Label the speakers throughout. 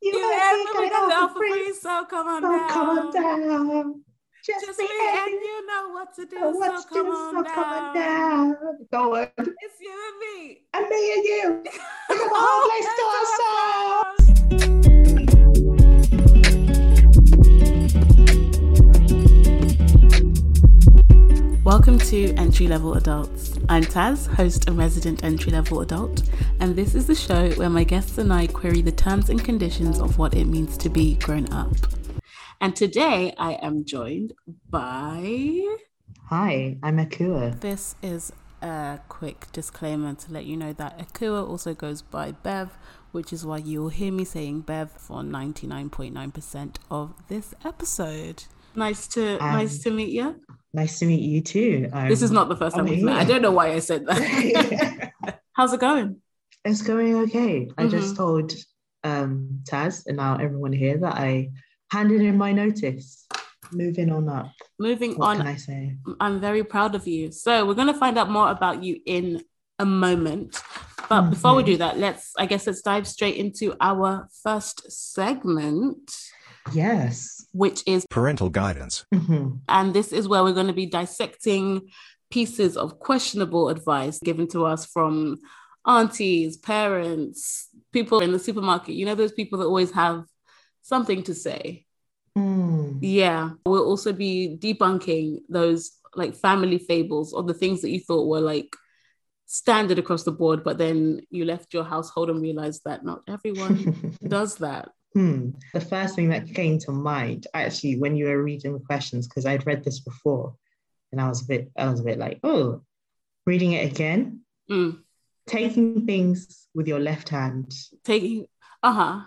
Speaker 1: You, you asked me to go for free, so come on
Speaker 2: so
Speaker 1: down.
Speaker 2: come on down.
Speaker 1: Just, me, and you know what to do,
Speaker 2: know what
Speaker 1: so
Speaker 2: to
Speaker 1: come
Speaker 2: do,
Speaker 1: on
Speaker 2: so
Speaker 1: down.
Speaker 2: come on down. Going,
Speaker 1: It's you and me.
Speaker 2: and me and you.
Speaker 1: The
Speaker 2: whole
Speaker 1: Oh,
Speaker 2: place to
Speaker 3: Oh,
Speaker 1: place to ourselves.
Speaker 4: Welcome to Entry Level Adults. I'm Taz, host and resident entry level adult, and this is the show where my guests and I query the terms and conditions of what it means to be grown up. And today I am joined by.
Speaker 3: Hi, I'm Akua.
Speaker 4: This is a quick disclaimer to let you know that Akua also goes by Bev, which is why you'll hear me saying Bev for 99.9% of this episode. Nice to
Speaker 3: Um,
Speaker 4: nice to meet you.
Speaker 3: Nice to meet you too. Um,
Speaker 4: This is not the first time
Speaker 3: I'm
Speaker 4: we've met. I
Speaker 3: here.
Speaker 4: don't know why I said that. How's it going?
Speaker 3: it's going okay. I
Speaker 1: Mm-hmm.
Speaker 4: Mhm.
Speaker 3: just told um, Taz and now everyone here that I handed in my notice. Moving on up.
Speaker 4: Moving
Speaker 3: What
Speaker 4: on,
Speaker 3: can I say?
Speaker 4: I'm very proud of you. So we're going to find out more about you in a moment. But
Speaker 3: Mm-hmm.
Speaker 4: before we do that, let's I guess let's dive straight into our first segment,
Speaker 3: Yes.
Speaker 4: which is
Speaker 5: Parental guidance.
Speaker 3: Mhm.
Speaker 4: and this is where we're going to be dissecting pieces of questionable advice given to us from aunties, parents, people in the supermarket. You know those people that always have something to say.
Speaker 3: Mm.
Speaker 4: Yeah, we'll also be debunking those like family fables or the things that you thought were like standard across the board, but then you left your household and realized that not everyone does that.
Speaker 3: Hmm. The first thing that came to mind, actually, when you were reading the questions, because I'd read this before, and I was a bit, I was a bit like, oh, reading it again,
Speaker 4: Mm,
Speaker 3: taking things with your left hand.
Speaker 4: taking, uh huh.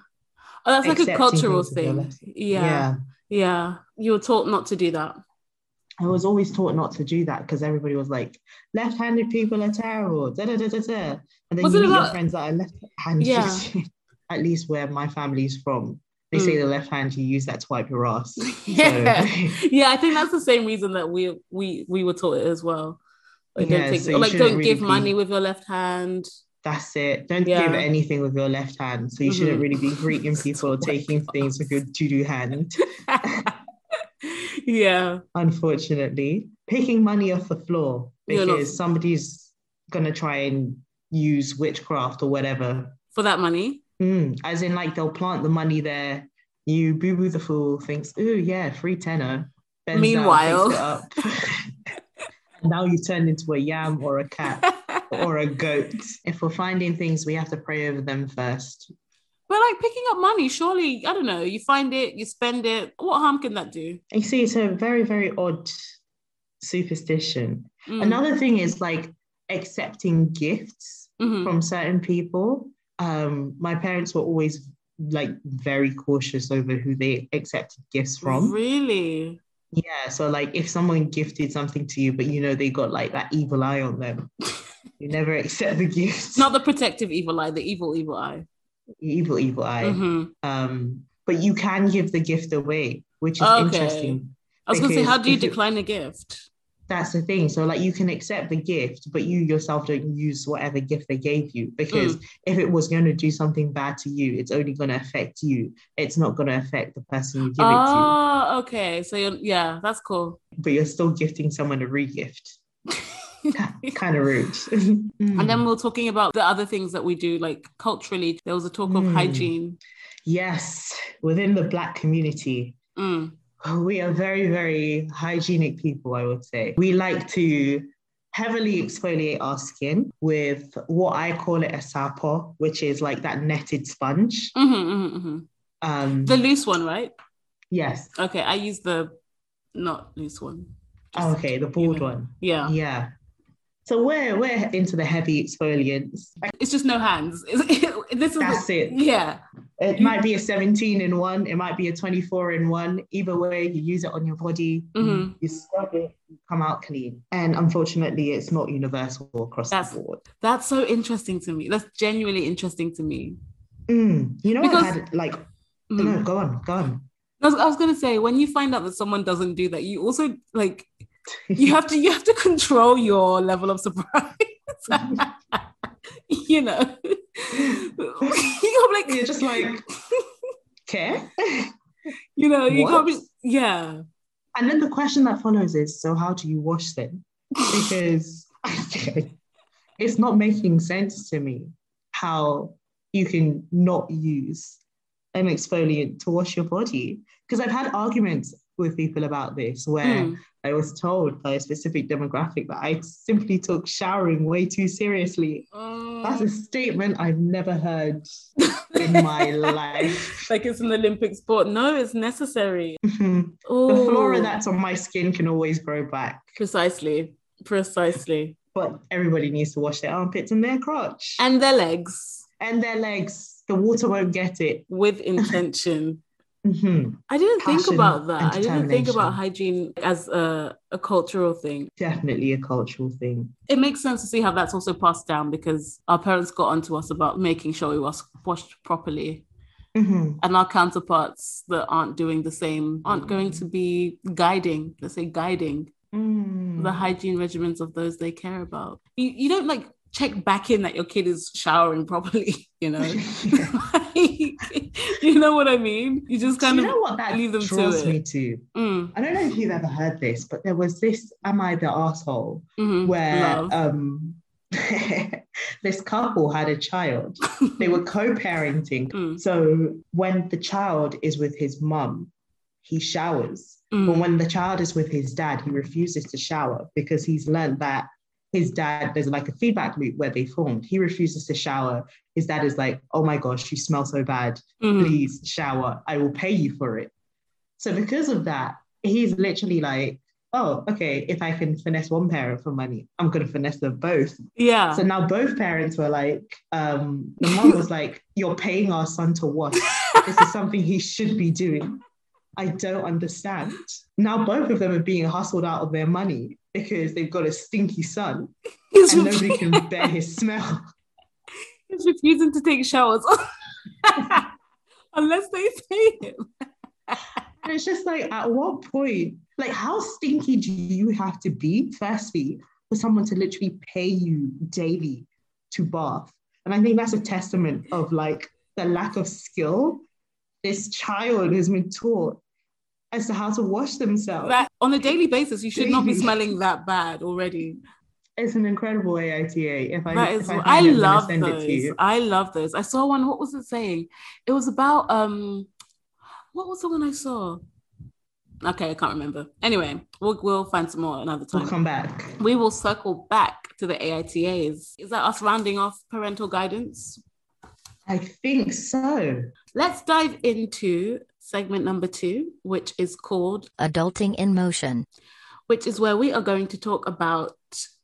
Speaker 4: Oh, that's like a
Speaker 3: Accepting
Speaker 4: cultural
Speaker 3: things with your
Speaker 4: thing.
Speaker 3: left-
Speaker 4: Yeah, yeah, You were taught not to do that.
Speaker 3: I was always taught not to do that because everybody was like, left-handed people are terrible. Da, da, da, da, da. And then
Speaker 4: Was it
Speaker 3: you meet
Speaker 4: about-
Speaker 3: your friends that are left-handed.
Speaker 4: Yeah.
Speaker 3: At least where my family's from, they say the left hand you use that to wipe your ass. So-
Speaker 4: Hmm. yeah, yeah. I think that's the same reason that we we we were taught it as well. Like,
Speaker 3: Yeah,
Speaker 4: don't take,
Speaker 3: so
Speaker 4: or,
Speaker 3: you
Speaker 4: like
Speaker 3: shouldn't
Speaker 4: don't
Speaker 3: really
Speaker 4: give
Speaker 3: be-
Speaker 4: money with your left hand.
Speaker 3: That's it. Don't
Speaker 4: Yeah.
Speaker 3: give anything with your left hand. So you
Speaker 4: Mhm.
Speaker 3: shouldn't really be greeting people or taking things with your to-do hand,
Speaker 4: yeah.
Speaker 3: unfortunately. Picking money off the floor
Speaker 4: You're
Speaker 3: because
Speaker 4: not-
Speaker 3: somebody's gonna try and use witchcraft or whatever.
Speaker 4: for that money.
Speaker 3: Mm, as in like they'll plant the money there. You boo-boo the fool thinks, ooh yeah, free tenor. Bends down,
Speaker 4: Meanwhile-
Speaker 3: picks it up. And now you've turned into a yam or a cat or a goat. If we're finding things, we have to pray over them first.
Speaker 4: but like picking up money, surely, I don't know, you find it, you spend it. What harm can that do?
Speaker 3: You see, it's a very, very odd superstition.
Speaker 4: Mm,
Speaker 3: Another thing is like accepting gifts
Speaker 4: mhm.
Speaker 3: from certain people. Um, my parents were always like very cautious over who they accepted gifts from.
Speaker 4: Really?
Speaker 3: Yeah, so like if someone gifted something to you, but you know they got like that evil eye on them, you never accept the gift.
Speaker 4: Not the protective evil eye, the evil, evil eye.
Speaker 3: evil, evil eye.
Speaker 4: Mhm.
Speaker 3: Um, but you can give the gift away, which is
Speaker 4: Okay.
Speaker 3: interesting.
Speaker 4: I was going to say,
Speaker 3: Because
Speaker 4: how do you
Speaker 3: if you-
Speaker 4: decline a gift?
Speaker 3: that's the thing. So like you can accept the gift, but you yourself don't use whatever gift they gave you because
Speaker 4: Hmm.
Speaker 3: if it was going to do something bad to you, it's only going to affect you. It's not going to affect the person you give it
Speaker 4: Oh, okay. So, you're, yeah, that's cool.
Speaker 3: to. But you're still gifting someone a regift. kind of rude. Mm.
Speaker 4: And then we are talking about the other things that we do, like culturally. There was a talk of
Speaker 3: Mm.
Speaker 4: hygiene.
Speaker 3: yes, within the black community,
Speaker 4: Mm.
Speaker 3: we are very very hygienic people. I would say we like to. Heavily exfoliate our skin with what I call it a sapo, which is like that netted sponge.
Speaker 4: hmm hmm hmm
Speaker 3: Um,
Speaker 4: The loose one, right?
Speaker 3: yes.
Speaker 4: Okay, I use the not loose one.
Speaker 3: Oh, okay, the bald one.
Speaker 4: Yeah.
Speaker 3: Yeah. So we're we're into the heavy exfoliants.
Speaker 4: It's just no hands. Is it- this is
Speaker 3: That's it.
Speaker 4: Yeah.
Speaker 3: It might be a 17 in one, it might be a 24 in one. Either way, you use it on your body,
Speaker 4: Mhm.
Speaker 3: you scrub it, you come out clean. And unfortunately, it's not universal across
Speaker 4: That's-
Speaker 3: the board.
Speaker 4: That's so interesting to me. That's genuinely interesting to me.
Speaker 3: Mm, You know,
Speaker 4: Because-
Speaker 3: I had like,
Speaker 4: Mhm.
Speaker 3: no, go on, go on.
Speaker 4: I was, I was gonna say when you find out that someone doesn't do that, you also like you have to you have to control your level of surprise. you know, you're like
Speaker 3: You're just like, care.
Speaker 1: You know, you
Speaker 3: What?
Speaker 1: can't be. Yeah.
Speaker 3: And then the question that follows is so how do you wash them? Because it's not making sense to me how you can not use an exfoliant to wash your body. Because I've had arguments with people about this where
Speaker 4: Mm.
Speaker 3: I was told by a specific demographic that I simply took showering way too seriously.
Speaker 4: Mm.
Speaker 3: That's a statement I've never heard in my life.
Speaker 4: Um, like it's an Olympic sport. No, it's necessary.
Speaker 3: Mhm. the
Speaker 4: Oh,
Speaker 3: flora that's on my skin can always grow back.
Speaker 4: precisely, precisely,
Speaker 3: but everybody needs to wash their armpits and their crotch and,
Speaker 4: and their legs
Speaker 3: their legs. The water won't get it.
Speaker 4: with intention.
Speaker 3: Mhm,
Speaker 4: I didn't think
Speaker 3: Passion
Speaker 4: about that.
Speaker 3: and
Speaker 4: I didn't think about
Speaker 3: determination.
Speaker 4: hygiene as a, a cultural thing.
Speaker 3: Definitely a cultural thing.
Speaker 4: It makes sense to see how that's also passed down because our parents got onto us about making sure we was washed properly.
Speaker 3: Mhm.
Speaker 4: and our counterparts that aren't doing the same aren't going to be guiding let's say guiding
Speaker 3: Mm.
Speaker 4: the hygiene regimens of those they care about you, you don't like check back in that your kid is showering properly you know Like, you know what i mean you just
Speaker 3: Do
Speaker 4: kind
Speaker 3: you
Speaker 4: of
Speaker 3: know what that
Speaker 4: leave them to
Speaker 3: draws
Speaker 4: it.
Speaker 3: me to?
Speaker 4: Mm,
Speaker 3: I don't know if you've ever heard this, but there was this "Am I the asshole?"
Speaker 4: mhm,
Speaker 3: where
Speaker 4: love.
Speaker 3: um, this couple had a child. They were co-parenting,
Speaker 4: Mm,
Speaker 3: so when the child is with his mum, he showers. But
Speaker 4: mm,
Speaker 3: when the child is with his dad, he refuses to shower because he's learned that his dad, there's like a feedback loop where they formed. He refuses to shower. His dad is like, oh my gosh, you smell so bad.
Speaker 4: mhm.
Speaker 3: Please shower. I will pay you for it. So because of that, he's literally like, oh, okay, if I can finesse one parent for money, I'm going to finesse them both.
Speaker 4: yeah
Speaker 3: So now both parents were like, um, the mom was like, You're paying our son to wash. This is something he should be doing. I don't understand. Now both of them are being hustled out of their money because they've got a stinky son
Speaker 4: he's,
Speaker 3: and
Speaker 4: ref-
Speaker 3: nobody can bear his smell.
Speaker 4: he's refusing to take showers unless they pay him
Speaker 3: And it's just like, at what point, like, how stinky do you have to be, firstly, for someone to literally pay you daily to bath? And I think that's a testament of like the lack of skill this child has been taught as to how to wash themselves.
Speaker 4: that on a daily basis you should not be
Speaker 3: Daily.
Speaker 4: smelling that bad already
Speaker 3: it's an incredible AITA. If I,
Speaker 4: That is,
Speaker 3: if I, find
Speaker 4: I,
Speaker 3: it, I'm gonna
Speaker 4: love
Speaker 3: send it to
Speaker 4: those.
Speaker 3: you.
Speaker 4: I love those. I saw one. What was it saying? It was about um, what was the one I saw? Okay, I can't remember. Anyway, we'll we'll find some more another
Speaker 3: We'll
Speaker 4: time.
Speaker 3: come back.
Speaker 4: We will circle back to the AITAs. Is that us rounding off parental guidance?
Speaker 3: I think so.
Speaker 4: Let's dive into segment number two, which is called
Speaker 5: Adulting in Motion.
Speaker 4: which is where we are going to talk about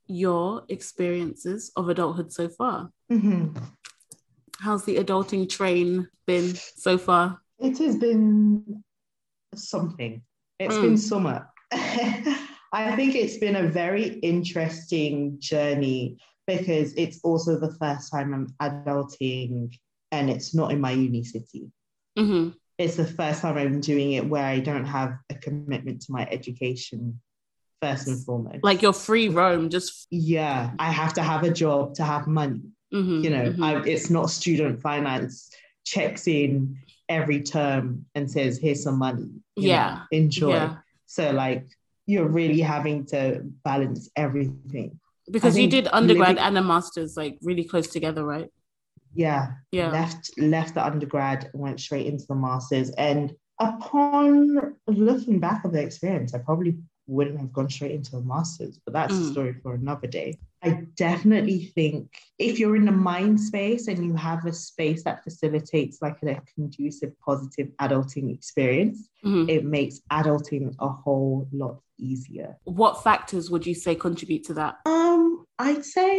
Speaker 4: your experiences of adulthood so far.
Speaker 3: Mhm.
Speaker 4: How's the adulting train been so far?
Speaker 3: It has been something. It's
Speaker 4: Mm.
Speaker 3: been summer. I think it's been a very interesting journey because it's also the first time I'm adulting and it's not in my uni city.
Speaker 4: hmm
Speaker 3: It's the first time I'm doing it where I don't have a commitment to my education, first and foremost.
Speaker 4: Like your free roam, just
Speaker 3: yeah, I have to have a job to have money
Speaker 4: mhm,
Speaker 3: you know
Speaker 4: mhm.
Speaker 3: I, it's not student finance checks in every term and says here's some money you know,
Speaker 4: Yeah.
Speaker 3: enjoy
Speaker 4: yeah,
Speaker 3: so like you're really having to balance everything
Speaker 4: because you
Speaker 3: think
Speaker 4: did undergrad
Speaker 3: living-
Speaker 4: and a master's like really close together, right?
Speaker 3: yeah,
Speaker 4: Yeah,
Speaker 3: left left the undergrad went straight into the masters and upon looking back at the experience i probably wouldn't have gone straight into the masters but that's
Speaker 4: Mm.
Speaker 3: a story for another day i definitely think if you're in the mind space and you have a space that facilitates like a conducive positive adulting experience
Speaker 4: Mhm.
Speaker 3: it makes adulting a whole lot easier
Speaker 4: What factors would you say contribute to that?
Speaker 3: um, I'd say,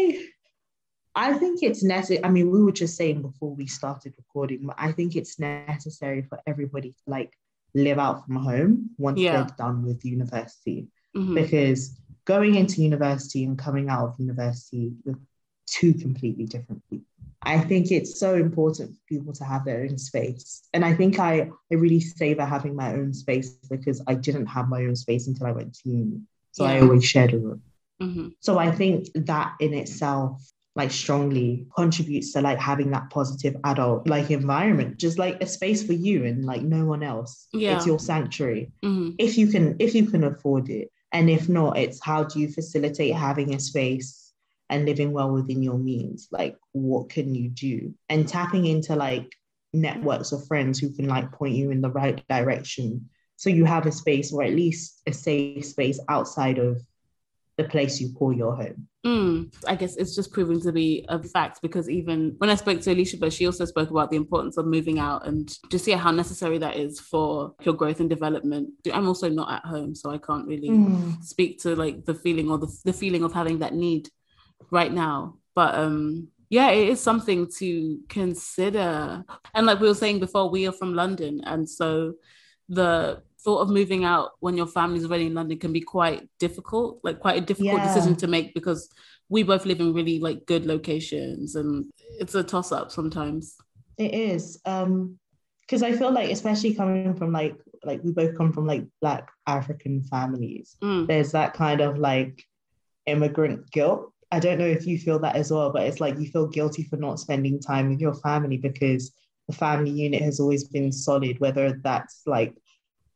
Speaker 3: I think it's necessary. I mean, we were just saying before we started recording, but I think it's necessary for everybody to like live out from home once
Speaker 4: Yeah.
Speaker 3: they're done with university
Speaker 4: Mhm.
Speaker 3: because going into university and coming out of university are two completely different people. I think it's so important for people to have their own space. And I think I, I really savor having my own space because I didn't have my own space until I went to uni. So I
Speaker 4: Yeah.
Speaker 3: always shared a room.
Speaker 4: Mhm.
Speaker 3: So I think that in itself like strongly contributes to like having that positive adult like environment, just like a space for you and like no one else.
Speaker 4: Yeah.
Speaker 3: It's your sanctuary.
Speaker 4: hmm
Speaker 3: If you can if you can afford it. And if not, it's how do you facilitate having a space and living well within your means? Like what can you do? And tapping into like networks of friends who can like point you in the right direction. So you have a space or at least a safe space outside of the place you call your home.
Speaker 4: Mm, I guess it's just proven to be a fact because even when I spoke to Alicia, but she also spoke about the importance of moving out and just yeah, how necessary that is for your growth and development. I'm also not at home, so I can't really speak to like the feeling or the, the feeling of having that need right now but um yeah it is something to consider and like we were saying before we are from london and so the thought of moving out when your family's already in london can be quite difficult like quite a difficult
Speaker 3: Yeah.
Speaker 4: decision to make because we both live in really like good locations and it's a toss up sometimes
Speaker 3: It is. Um, because I feel like especially coming from like like we both come from like black African families.
Speaker 4: Mm,
Speaker 3: There's that kind of like immigrant guilt. I don't know if you feel that as well, but it's like you feel guilty for not spending time with your family because the family unit has always been solid, whether that's like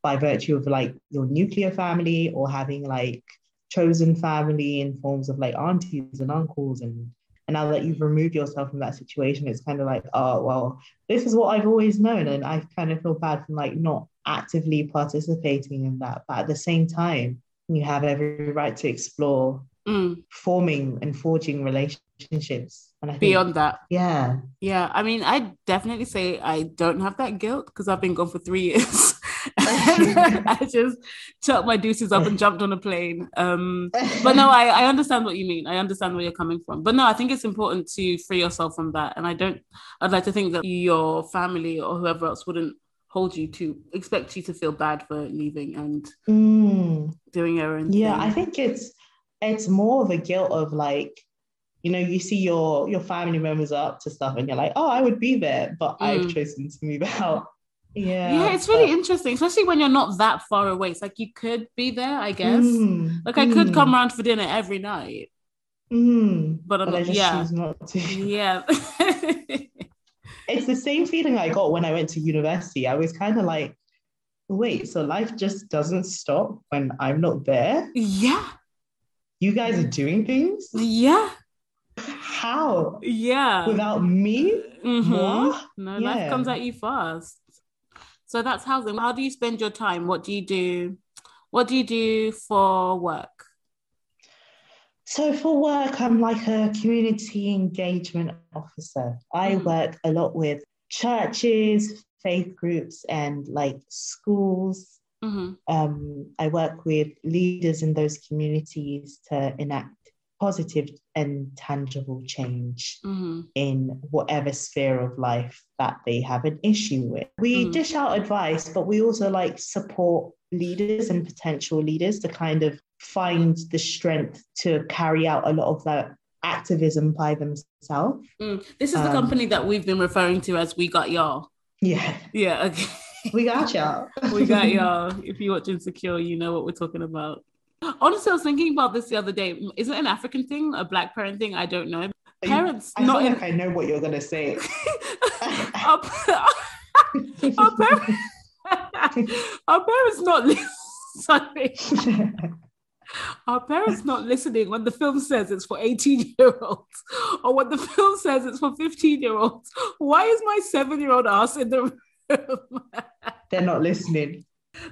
Speaker 3: by virtue of like your nuclear family or having like chosen family in forms of like aunties and uncles and and now that you've removed yourself from that situation, it's kind of like, oh well, this is what I've always known. And I kind of feel bad for like not actively participating in that. But at the same time, you have every right to explore
Speaker 4: mm,
Speaker 3: forming and forging relationships. And I think,
Speaker 4: beyond that
Speaker 3: yeah,
Speaker 4: Yeah, I mean, I definitely say I don't have that guilt because I've been gone for three years. I just chucked my deuces up and jumped on a plane. Um, but no, I, I understand what you mean. I understand where you're coming from. But no, I think it's important to free yourself from that. And I don't, I'd like to think that your family or whoever else wouldn't hold you to expect you to feel bad for leaving and
Speaker 3: Mm.
Speaker 4: doing your own
Speaker 3: yeah i
Speaker 4: thing.
Speaker 3: think it's it's more of a guilt of like you know you see your your family members up to stuff and you're like oh i would be there but i've
Speaker 4: Mm.
Speaker 3: chosen to move out yeah
Speaker 4: yeah, it's really interesting, especially when you're not that far away. It's like you could be there, I
Speaker 3: but-
Speaker 4: guess.
Speaker 3: Mm,
Speaker 4: Like I could
Speaker 3: mm,
Speaker 4: come around for dinner every night.
Speaker 3: mm,
Speaker 4: but I'm
Speaker 3: but i
Speaker 4: not,
Speaker 3: just
Speaker 4: yeah,
Speaker 3: choose not to
Speaker 4: yeah.
Speaker 3: it's the same feeling i got when i went to university i was kind of like wait so life just doesn't stop when i'm not there
Speaker 4: yeah,
Speaker 3: you guys are doing things
Speaker 4: yeah,
Speaker 3: how
Speaker 4: yeah.
Speaker 3: without me
Speaker 4: Mhm.
Speaker 3: What?
Speaker 4: No,
Speaker 3: Yeah.
Speaker 4: life comes at you fast. So that's housing. How do you spend your time? What do you do? What do you do for work?
Speaker 3: So for work, I'm like a community engagement officer. I
Speaker 4: Mm.
Speaker 3: work a lot with churches, faith groups, and like schools.
Speaker 4: Mhm.
Speaker 3: Um, I work with leaders in those communities to enact positive and tangible change
Speaker 4: Mhm.
Speaker 3: in whatever sphere of life that they have an issue with. We
Speaker 4: Mm.
Speaker 3: dish out advice, but we also like support leaders and potential leaders to kind of find the strength to carry out a lot of that activism by themselves.
Speaker 4: Mm. This is the
Speaker 3: Um,
Speaker 4: company that we've been referring to as We Got Y'all.
Speaker 3: Yeah,
Speaker 4: Yeah, okay.
Speaker 3: we got y'all.
Speaker 4: we got y'all. If you watch Insecure, you know what we're talking about. Honestly, I was thinking about this the other day. Is it an African thing, a black parent thing? I don't know. Parents
Speaker 3: I
Speaker 4: not
Speaker 3: feel
Speaker 4: in
Speaker 3: like I know what you're gonna say.
Speaker 4: our, our parents, our parents not li- sorry, our parents not listening when the film says it's for 18 year olds or when the film says it's for 15 year olds. Why is my seven year old ass in the room?
Speaker 3: They're not listening.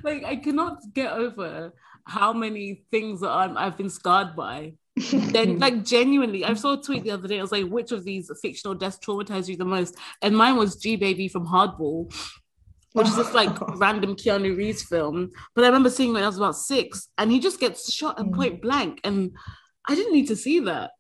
Speaker 4: like I cannot get over how many things that I'm, I've been scarred by. Then, Hmm. like genuinely, I saw a tweet the other day. I was like, "Which of these fictional deaths traumatized you the most?" And mine was G Baby from Hardball, which is this like
Speaker 3: Oh.
Speaker 4: random Keanu Reeves film. But I remember seeing it when I was about six, and he just gets shot at
Speaker 3: Mm.
Speaker 4: point blank, and I didn't need to see that.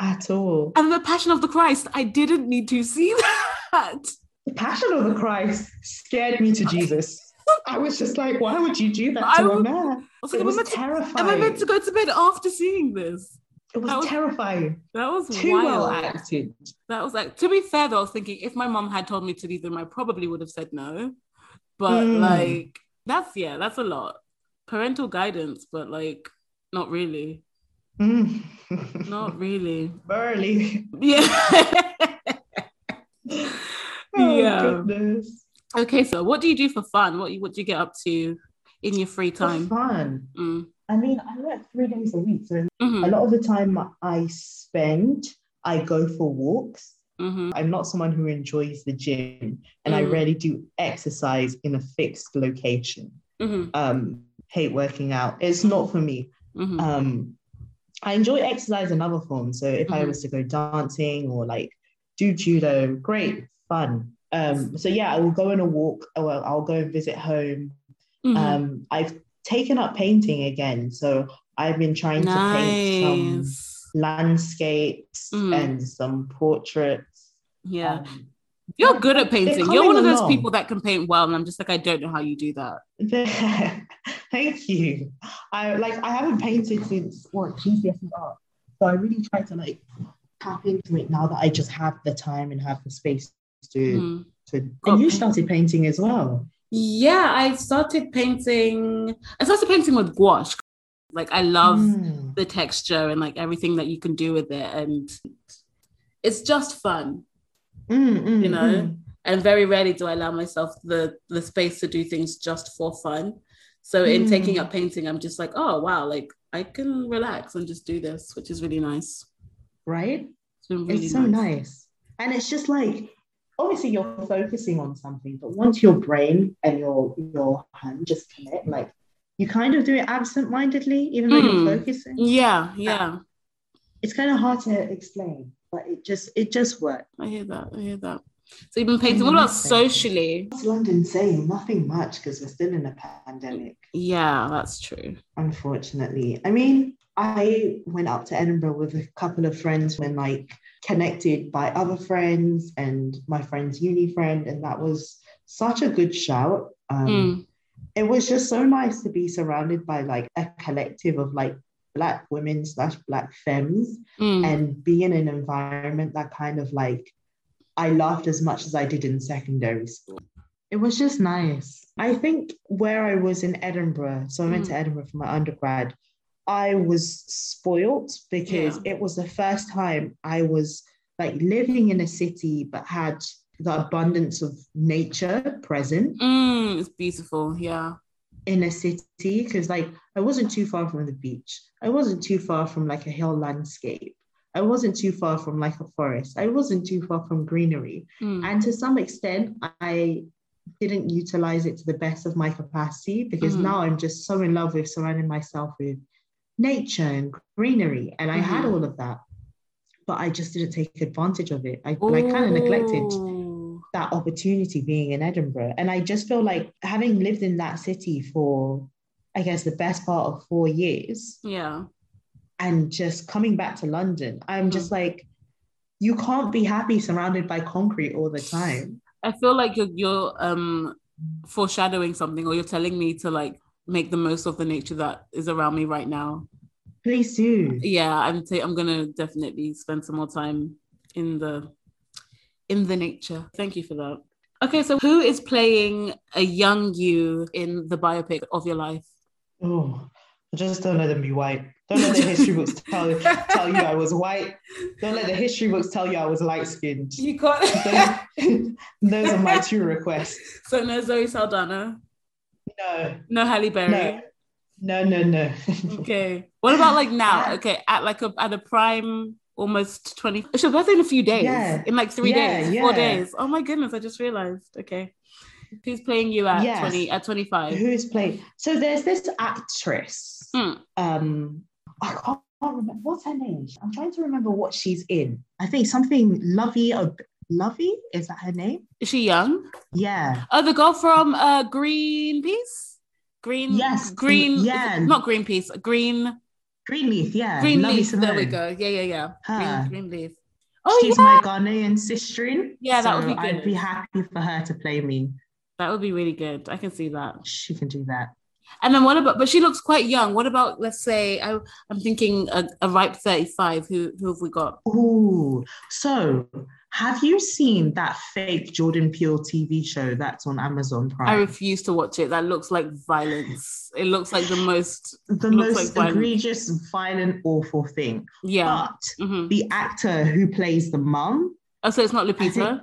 Speaker 3: at all.
Speaker 4: And the Passion of the Christ, I didn't need to see that.
Speaker 3: The Passion of the Christ scared me to Jesus. I was just like, why would you do that
Speaker 4: I
Speaker 3: to a
Speaker 4: would-
Speaker 3: man?
Speaker 4: I
Speaker 3: It
Speaker 4: was like, am, I
Speaker 3: was
Speaker 4: meant to,
Speaker 3: terrifying.
Speaker 4: am I meant to go to bed after seeing this?
Speaker 3: It was
Speaker 4: I was-
Speaker 3: terrifying.
Speaker 4: That was
Speaker 3: Too
Speaker 4: wild.
Speaker 3: well acted.
Speaker 4: That was like, to be fair though, I was thinking if my mom had told me to leave them, I probably would have said no. But
Speaker 3: Mm.
Speaker 4: like, that's yeah, that's a lot. Parental guidance, but like, not really.
Speaker 3: Mm.
Speaker 4: Not really.
Speaker 3: Barely.
Speaker 4: Yeah.
Speaker 3: Oh,
Speaker 1: Yeah.
Speaker 3: goodness.
Speaker 4: okay, so what do you do for fun? What you what do you get up to in your free
Speaker 3: For
Speaker 4: time?
Speaker 3: Fun.
Speaker 4: Mm.
Speaker 3: I mean, I work three days a week, so a
Speaker 4: hmm
Speaker 3: lot of the time I spend, I go for walks.
Speaker 4: hmm
Speaker 3: I'm not someone who enjoys the gym, and I
Speaker 4: Mm.
Speaker 3: rarely do exercise in a fixed location.
Speaker 4: hmm
Speaker 3: Um, hate working out. It's not for me.
Speaker 4: hmm
Speaker 3: Um, I enjoy exercise in other forms. So if I
Speaker 4: Mhm.
Speaker 3: was to go dancing or like do judo, great fun. Um, so yeah, I will go on a walk. Or I'll go and visit home.
Speaker 4: Mm-hmm.
Speaker 3: Um, I've taken up painting again, so I've been trying to paint some
Speaker 4: nice.
Speaker 3: landscapes
Speaker 4: Mm.
Speaker 3: and some portraits.
Speaker 4: Yeah.
Speaker 3: Um,
Speaker 4: You're good at painting. You're
Speaker 3: coming
Speaker 4: one of those
Speaker 3: along.
Speaker 4: people that can paint well. And I'm just like, I don't know how you do that.
Speaker 3: Thank you. I like I haven't painted since what GCSE E art, so I really try to like tap into it now that I just have the time and have the space to
Speaker 4: Mm.
Speaker 3: to.
Speaker 4: Got
Speaker 3: And you
Speaker 4: paint.
Speaker 3: started painting as well.
Speaker 4: Yeah, I started painting. I started painting with gouache. Like, I love
Speaker 3: Mm.
Speaker 4: the texture and like everything that you can do with it. And it's just fun.
Speaker 3: Mm, mm,
Speaker 4: you know?
Speaker 3: mm.
Speaker 4: and very rarely do I allow myself the the space to do things just for fun. So in
Speaker 3: Mm.
Speaker 4: taking up painting, I'm just like, oh wow, like I can relax and just do this, which is really nice.
Speaker 3: right?
Speaker 4: It's been really
Speaker 3: It's so nice. And it's just like obviously you're focusing on something, but once your brain and your your hand just connect, like you kind of do it absent-mindedly, even though
Speaker 4: Mm.
Speaker 3: you're focusing.
Speaker 4: Yeah, yeah.
Speaker 3: It's kind of hard to explain, but it just it just works.
Speaker 4: I hear that. I hear that. So you've been painting. What
Speaker 3: Mm,
Speaker 4: about
Speaker 3: thank you.
Speaker 4: socially?
Speaker 3: What's London saying? Nothing much because we're still in a pandemic,
Speaker 4: Yeah, that's true.
Speaker 3: unfortunately. I mean, I went up to Edinburgh with a couple of friends when like connected by other friends and my friend's uni friend, and that was such a good shout. Um,
Speaker 4: Mm,
Speaker 3: it was just so nice to be surrounded by like a collective of like black women slash black femmes
Speaker 4: mm,
Speaker 3: and be in an environment that kind of like I laughed as much as I did in secondary school. It was just nice. I think where I was in Edinburgh, so I went to Edinburgh for my undergrad, I was spoilt because it was the first time I was like living in a city but had the abundance of nature present
Speaker 4: mm, it's beautiful. Yeah.
Speaker 3: in a city because like I wasn't too far from the beach. I wasn't too far from like a hill landscape. I wasn't too far from like a forest. I wasn't too far from greenery.
Speaker 4: Mm,
Speaker 3: And to some extent, I didn't utilize it to the best of my capacity because
Speaker 4: Mhm.
Speaker 3: now I'm just so in love with surrounding myself with nature and greenery. And I had
Speaker 4: Mhm.
Speaker 3: all of that, but I just didn't take advantage of it. I like kind of neglected
Speaker 4: Ooh.
Speaker 3: that opportunity being in Edinburgh. And I just feel like having lived in that city for, I guess, the best part of four years
Speaker 4: Yeah.
Speaker 3: and just coming back to London, I'm just like, you can't be happy surrounded by concrete all the time.
Speaker 4: I feel like you're you're um foreshadowing something or you're telling me to like make the most of the nature that is around me right now.
Speaker 3: Please do.
Speaker 4: Yeah, I'm i I'm gonna definitely spend some more time in the in the nature. Thank you for that. Okay, so who is playing a young you in the biopic of your life?
Speaker 3: Oh, just don't let them be white. Don't let the history books tell, tell you I was white. Don't let the history books tell you I was light skinned.
Speaker 4: You can't.
Speaker 3: Those are my two requests.
Speaker 4: so no Zoe Saldana,
Speaker 3: No,
Speaker 4: no Halle Berry.
Speaker 3: no, no, no, no.
Speaker 4: Okay. What about like now?
Speaker 3: At-
Speaker 4: Okay, at like a at a prime almost 20. It's your birthday in a few days.
Speaker 3: Yeah.
Speaker 4: In like three
Speaker 3: Yeah,
Speaker 4: days, four
Speaker 3: yeah.
Speaker 4: days. Oh my goodness, I just realized. Okay. Who's playing you at
Speaker 3: Yes.
Speaker 4: 20 at 25?
Speaker 3: who is playing? So there's this actress.
Speaker 4: Mm.
Speaker 3: Um, I can't, can't remember what's her name. I'm trying to remember what she's in. I think something Lovey. Ob- Lovey is that her name?
Speaker 4: Is she young?
Speaker 3: Yeah.
Speaker 4: Oh, the girl from uh Greenpeace? Green
Speaker 3: Yes,
Speaker 4: Green
Speaker 3: gr- yeah.
Speaker 4: not Greenpeace, Green
Speaker 3: Greenleaf. Yeah. Lovey
Speaker 4: Greenleaf. There we
Speaker 3: Simone.
Speaker 4: go. Yeah, yeah, yeah.
Speaker 3: Her.
Speaker 4: Green, Greenleaf. Oh
Speaker 3: She's
Speaker 4: yeah.
Speaker 3: my Ghanaian sister.
Speaker 4: Yeah, that would be
Speaker 3: I'd
Speaker 4: good.
Speaker 3: be happy for her to play me.
Speaker 4: That would be really good. I can see that.
Speaker 3: She can do that.
Speaker 4: And then what about? But she looks quite young. What about? Let's say I, I'm thinking a, a ripe thirty-five. Who who have we got?
Speaker 3: Ooh. So, have you seen that fake Jordan Peele TV show that's on Amazon Prime?
Speaker 4: I refuse to watch it. That looks like violence. It looks like the most.
Speaker 3: the
Speaker 4: looks
Speaker 3: most
Speaker 4: like violent.
Speaker 3: egregious, violent, awful thing.
Speaker 4: Yeah.
Speaker 3: But
Speaker 4: Mhm.
Speaker 3: the actor who plays the mum,
Speaker 4: Oh, so it's not
Speaker 3: think-
Speaker 4: Lupita.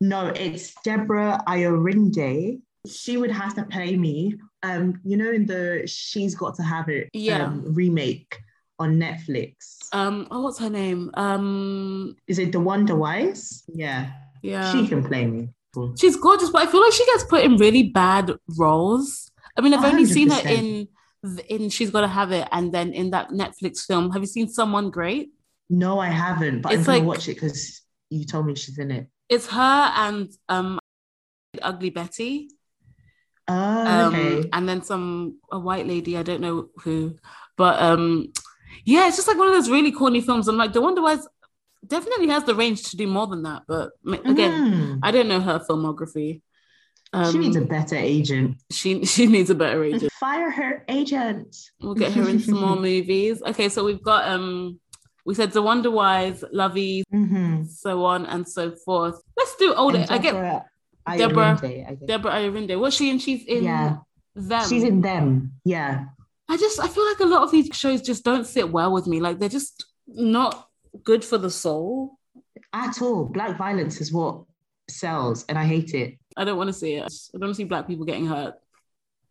Speaker 3: no, it's Deborah Ayorinde. She would have to play me. Um, you know, in the She's Got to Have It
Speaker 4: Yeah.
Speaker 3: um, remake on Netflix.
Speaker 4: Um. Oh, what's her name? Um.
Speaker 3: Is it The Wonder Wise? Yeah,
Speaker 4: Yeah.
Speaker 3: she can play me. Cool.
Speaker 4: She's gorgeous, but I feel like she gets put in really bad roles. I mean, I've only seen her
Speaker 3: 100%.
Speaker 4: in th- in She's Gotta Have It, and then in that Netflix film. Have you seen Someone Great?
Speaker 3: No, I haven't, but I'm
Speaker 4: It's
Speaker 3: gonna
Speaker 4: like-
Speaker 3: watch it because you told me she's in it.
Speaker 4: It's her and um, Ugly Betty,
Speaker 3: Oh,
Speaker 4: um,
Speaker 3: okay.
Speaker 4: and then some a white lady. I don't know who, but um, yeah, it's just like one of those really corny films. I'm like, the Wonder Wise definitely has the range to do more than that, but ma- again,
Speaker 3: Mm.
Speaker 4: I don't know her filmography. Um,
Speaker 3: she needs a better agent.
Speaker 4: she she needs a better agent.
Speaker 3: Fire her agent.
Speaker 4: We'll get her in some more movies. Okay, so we've got um we said the Wonder Wise, Lovey,
Speaker 3: Mm-hmm.
Speaker 4: so on and so forth. Let's do older. Oh, I get Deborah-
Speaker 3: Deborah. Ironde, I guess.
Speaker 4: Deborah Iorinde. What's she in? She's in
Speaker 3: yeah,
Speaker 4: them.
Speaker 3: she's in them. Yeah,
Speaker 4: I just I feel like a lot of these shows just don't sit well with me. Like they're just not good for the soul.
Speaker 3: at all. Black violence is what sells, and I hate it.
Speaker 4: I don't want to see it. I don't want to see black people getting hurt.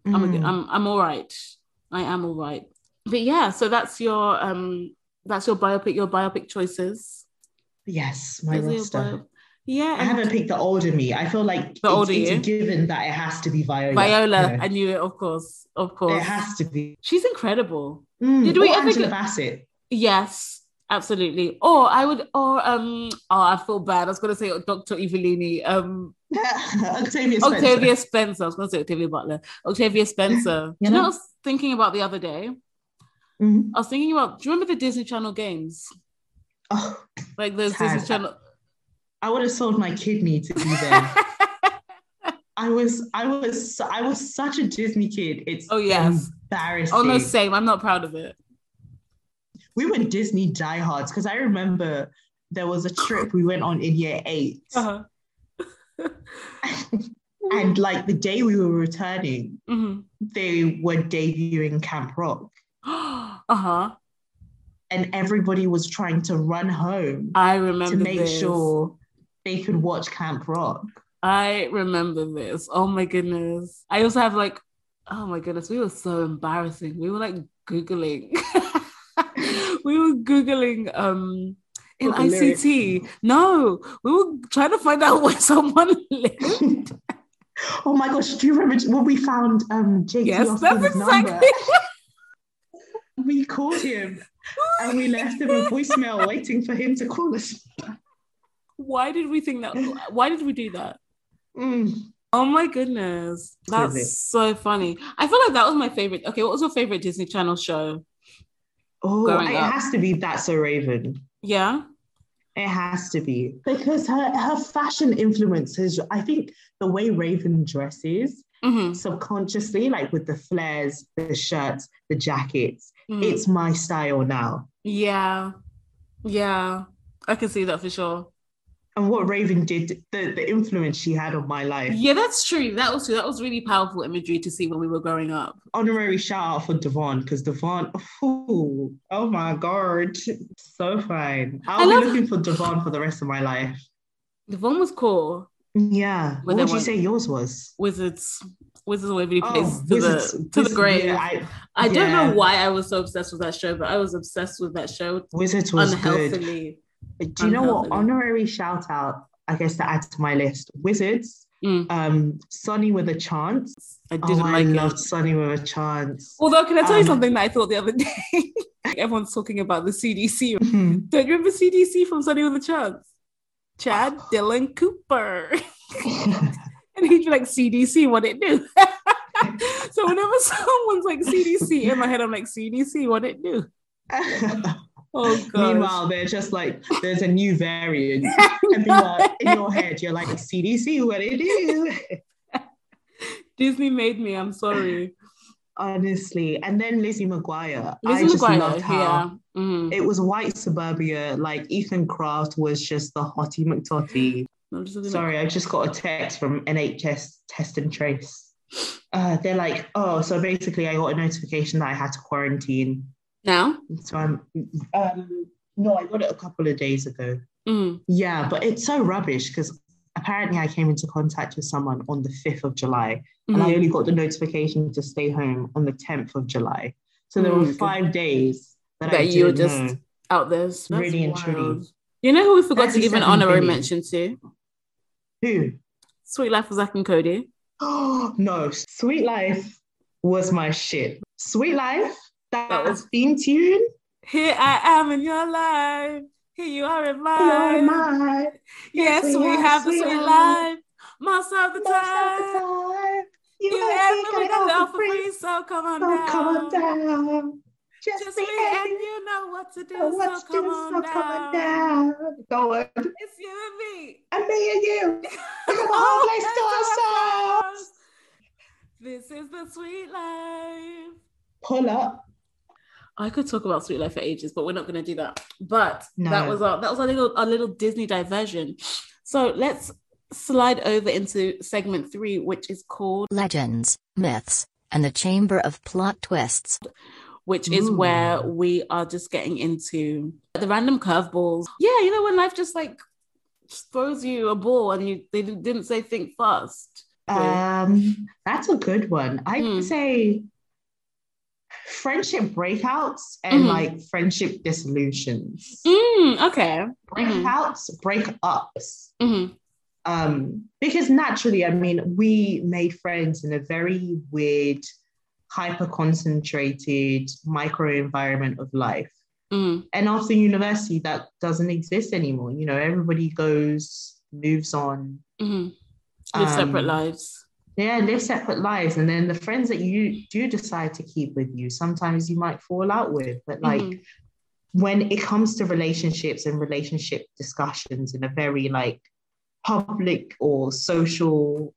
Speaker 4: I'm,
Speaker 3: Mm.
Speaker 4: a, I'm I'm all right. I am all right. But yeah, so that's your um that's your biopic, your biopic choices.
Speaker 3: yes, my
Speaker 4: Those are your
Speaker 3: roster.
Speaker 4: bio- Yeah,
Speaker 3: I
Speaker 4: and-
Speaker 3: haven't picked the older me. I feel like it's,
Speaker 4: older
Speaker 3: it's a
Speaker 4: you?
Speaker 3: given that it has to be Viola.
Speaker 4: Viola,
Speaker 3: No,
Speaker 4: I knew it, of course, of
Speaker 3: it
Speaker 4: course.
Speaker 3: has to be.
Speaker 4: She's incredible.
Speaker 3: Mm.
Speaker 4: Did we
Speaker 3: or
Speaker 4: ever
Speaker 3: Angela
Speaker 4: get-
Speaker 3: Bassett?
Speaker 4: Yes, absolutely. Or I would, or um, oh, I feel bad. I was gonna say Dr. Evelini, um,
Speaker 3: Octavia Spencer.
Speaker 4: Octavia Spencer. I was gonna say Octavia Butler, Octavia Spencer.
Speaker 3: You
Speaker 4: Do you know
Speaker 3: know?
Speaker 4: what I was thinking about the other day?
Speaker 3: Mhm.
Speaker 4: I was thinking about. Do you remember the Disney Channel games?
Speaker 3: Oh,
Speaker 4: Like those
Speaker 3: Sad.
Speaker 4: Disney Channel.
Speaker 3: I would have sold my kidney to be there. I was, I was, I was such a Disney kid. It's
Speaker 4: Oh, yes.
Speaker 3: embarrassing.
Speaker 4: oh no, same. I'm not proud of it.
Speaker 3: we were Disney diehards because I remember there was a trip we went on in year 8
Speaker 4: Uh-huh.
Speaker 3: and like the day we were returning,
Speaker 4: Mhm.
Speaker 3: they were debuting Camp Rock,
Speaker 4: uh-huh.
Speaker 3: and everybody was trying to run home
Speaker 4: I remember
Speaker 3: to make
Speaker 4: this.
Speaker 3: sure they could watch Camp Rock.
Speaker 4: I remember this. Oh my goodness. I also have like, oh my goodness, we were so embarrassing. We were like Googling. we were Googling um in
Speaker 3: What the lyrics?
Speaker 4: ICT. No, we were trying to find out where someone lived.
Speaker 3: oh my gosh, do you remember when we found um JT
Speaker 4: Yes, that's
Speaker 3: Austin's number?
Speaker 4: exactly-
Speaker 3: we called him and we left him a voicemail waiting for him to call us.
Speaker 4: Why did we think that? Why did we do that?
Speaker 3: Mm.
Speaker 4: Oh my goodness.
Speaker 3: Love it.
Speaker 4: That's so funny. I feel like that was my favorite. Okay, what was your favorite Disney Channel show?
Speaker 3: Oh,
Speaker 4: growing
Speaker 3: it
Speaker 4: up.
Speaker 3: has to be That's a Raven.
Speaker 4: Yeah.
Speaker 3: It has to be because her her fashion influences. I think the way Raven dresses
Speaker 4: Mhm,
Speaker 3: subconsciously, like with the flares, the shirts, the jackets,
Speaker 4: mhm.
Speaker 3: it's my style now.
Speaker 4: Yeah. Yeah. I can see that for sure.
Speaker 3: And what Raven did, the, the influence she had on my life.
Speaker 4: Yeah, that's true. That was true. That was really powerful imagery to see when we were growing up.
Speaker 3: Honorary shout out for Devon because Devon, ooh, oh my god, so fine. I'll
Speaker 4: I
Speaker 3: be
Speaker 4: love-
Speaker 3: looking for Devon for the rest of my life. the
Speaker 4: Devon was cool.
Speaker 3: Yeah.
Speaker 4: But
Speaker 3: what would
Speaker 4: then
Speaker 3: you
Speaker 4: what-
Speaker 3: say yours was?
Speaker 4: Wizards. Wizards of Waverly Place
Speaker 3: Oh,
Speaker 4: to
Speaker 3: Wizards-
Speaker 4: the to
Speaker 3: Wizards-
Speaker 4: the grave.
Speaker 3: yeah, I,
Speaker 4: I don't
Speaker 3: yeah.
Speaker 4: know why I was so obsessed with that show, but I was obsessed with that show
Speaker 3: Wizards was good.
Speaker 4: unhealthily.
Speaker 3: Do you know what
Speaker 4: Unhealthily.
Speaker 3: honorary shout out? I guess to add to my list, Wizards,
Speaker 4: Mm.
Speaker 3: um, Sonny with a chance.
Speaker 4: I didn't
Speaker 3: Oh, I
Speaker 4: like it.
Speaker 3: loved Sonny with a chance.
Speaker 4: Although, can I tell you
Speaker 3: Um,
Speaker 4: something that I thought the other day? Everyone's talking about the CDC. Don't you remember CDC from Sunny with a Chance? Chad
Speaker 3: Oh.
Speaker 4: Dylan Cooper. And he'd be like, CDC, what it do? so whenever someone's like CDC in my head, I'm like, CDC, what it do? Oh god.
Speaker 3: Meanwhile, they're just like, there's a new variant. and meanwhile, in your head, you're like, CDC, what it do?
Speaker 4: Disney made me, I'm sorry.
Speaker 3: honestly. And then Lizzie McGuire. I
Speaker 4: Lizzie
Speaker 3: just
Speaker 4: McGuire,
Speaker 3: loved her.
Speaker 4: yeah. Mm.
Speaker 3: It was white suburbia. Like Ethan Kraft was just the hottie McTotty.
Speaker 4: I'm just looking at-
Speaker 3: Sorry, I just got a text from NHS Test and Trace. Uh, they're like, oh, so basically, I got a notification that I had to quarantine.
Speaker 4: Now?
Speaker 3: So I'm, um, no, I got it a couple of days ago.
Speaker 4: Mm.
Speaker 3: Yeah, but it's so rubbish because apparently I came into contact with someone on the 5th of July and I
Speaker 4: Mhm.
Speaker 3: only got the notification to stay home on the 10th of July. So there were
Speaker 4: Mm.
Speaker 3: five days that, I
Speaker 4: That you were
Speaker 3: didn't
Speaker 4: just-
Speaker 3: know.
Speaker 4: Out there. That's
Speaker 3: Really and truly.
Speaker 4: wild. You know who we forgot to give an
Speaker 3: 37
Speaker 4: honorary
Speaker 3: billion.
Speaker 4: mention to?
Speaker 3: Who?
Speaker 4: Sweet Life of Zach and Cody.
Speaker 3: Oh, no. Sweet Life was my shit. Sweet Life, that,
Speaker 4: That was-
Speaker 3: was theme tune.
Speaker 4: Here I am in your life. Here you are in
Speaker 2: You're
Speaker 3: Oh
Speaker 4: mine.
Speaker 2: mine. Yes,
Speaker 4: Yes, we
Speaker 2: we are,
Speaker 4: have the
Speaker 2: sweet
Speaker 4: sweet
Speaker 2: life.
Speaker 4: life most of the
Speaker 2: Most of the
Speaker 4: time.
Speaker 2: time, you
Speaker 4: You
Speaker 2: ain't
Speaker 4: ask me,
Speaker 2: taking
Speaker 4: we
Speaker 2: it
Speaker 4: got it all
Speaker 2: off
Speaker 4: for
Speaker 2: for free.
Speaker 4: free, so come on
Speaker 2: So
Speaker 3: Oh,
Speaker 4: down.
Speaker 2: come on down. Just,
Speaker 4: Just
Speaker 2: be
Speaker 4: me and
Speaker 2: happy.
Speaker 4: you know what to do,
Speaker 2: So
Speaker 4: so
Speaker 2: what's
Speaker 4: come
Speaker 2: doing?
Speaker 4: on
Speaker 2: So come on
Speaker 4: down.
Speaker 2: down. Going.
Speaker 4: It's you and me.
Speaker 2: And me and you. Come
Speaker 4: Oh,
Speaker 2: on, place to
Speaker 4: that's
Speaker 2: ourselves.
Speaker 4: ourselves. This is the sweet life.
Speaker 3: Pull up.
Speaker 4: I could talk about Sweet Life for ages, but we're not going to do that. But that
Speaker 3: No.
Speaker 4: was our that was our little our little Disney diversion. So let's slide over into segment three, which is called
Speaker 5: legends, myths, and the chamber of plot twists.
Speaker 4: which is
Speaker 3: Ooh.
Speaker 4: where we are just getting into the random curveballs. Yeah, you know when life just like just throws you a ball and you they didn't say think fast.
Speaker 3: Um, that's a good one. I'd
Speaker 4: Hmm.
Speaker 3: say friendship breakouts and
Speaker 4: Mhm.
Speaker 3: like friendship dissolutions.
Speaker 4: Mm, okay. Mhm.
Speaker 3: Breakouts, breakups.
Speaker 4: Mhm.
Speaker 3: um, because naturally, I mean, we made friends in a very weird, hyper concentrated micro environment of life.
Speaker 4: Mm.
Speaker 3: And after university, that doesn't exist anymore. You know, everybody goes, moves on.
Speaker 4: Mhm. Live
Speaker 3: Um,
Speaker 4: separate lives.
Speaker 3: Yeah, live separate lives. And then the friends that you do decide to keep with you, sometimes you might fall out with. But like
Speaker 4: Mhm.
Speaker 3: when it comes to relationships and relationship discussions in a very like public or social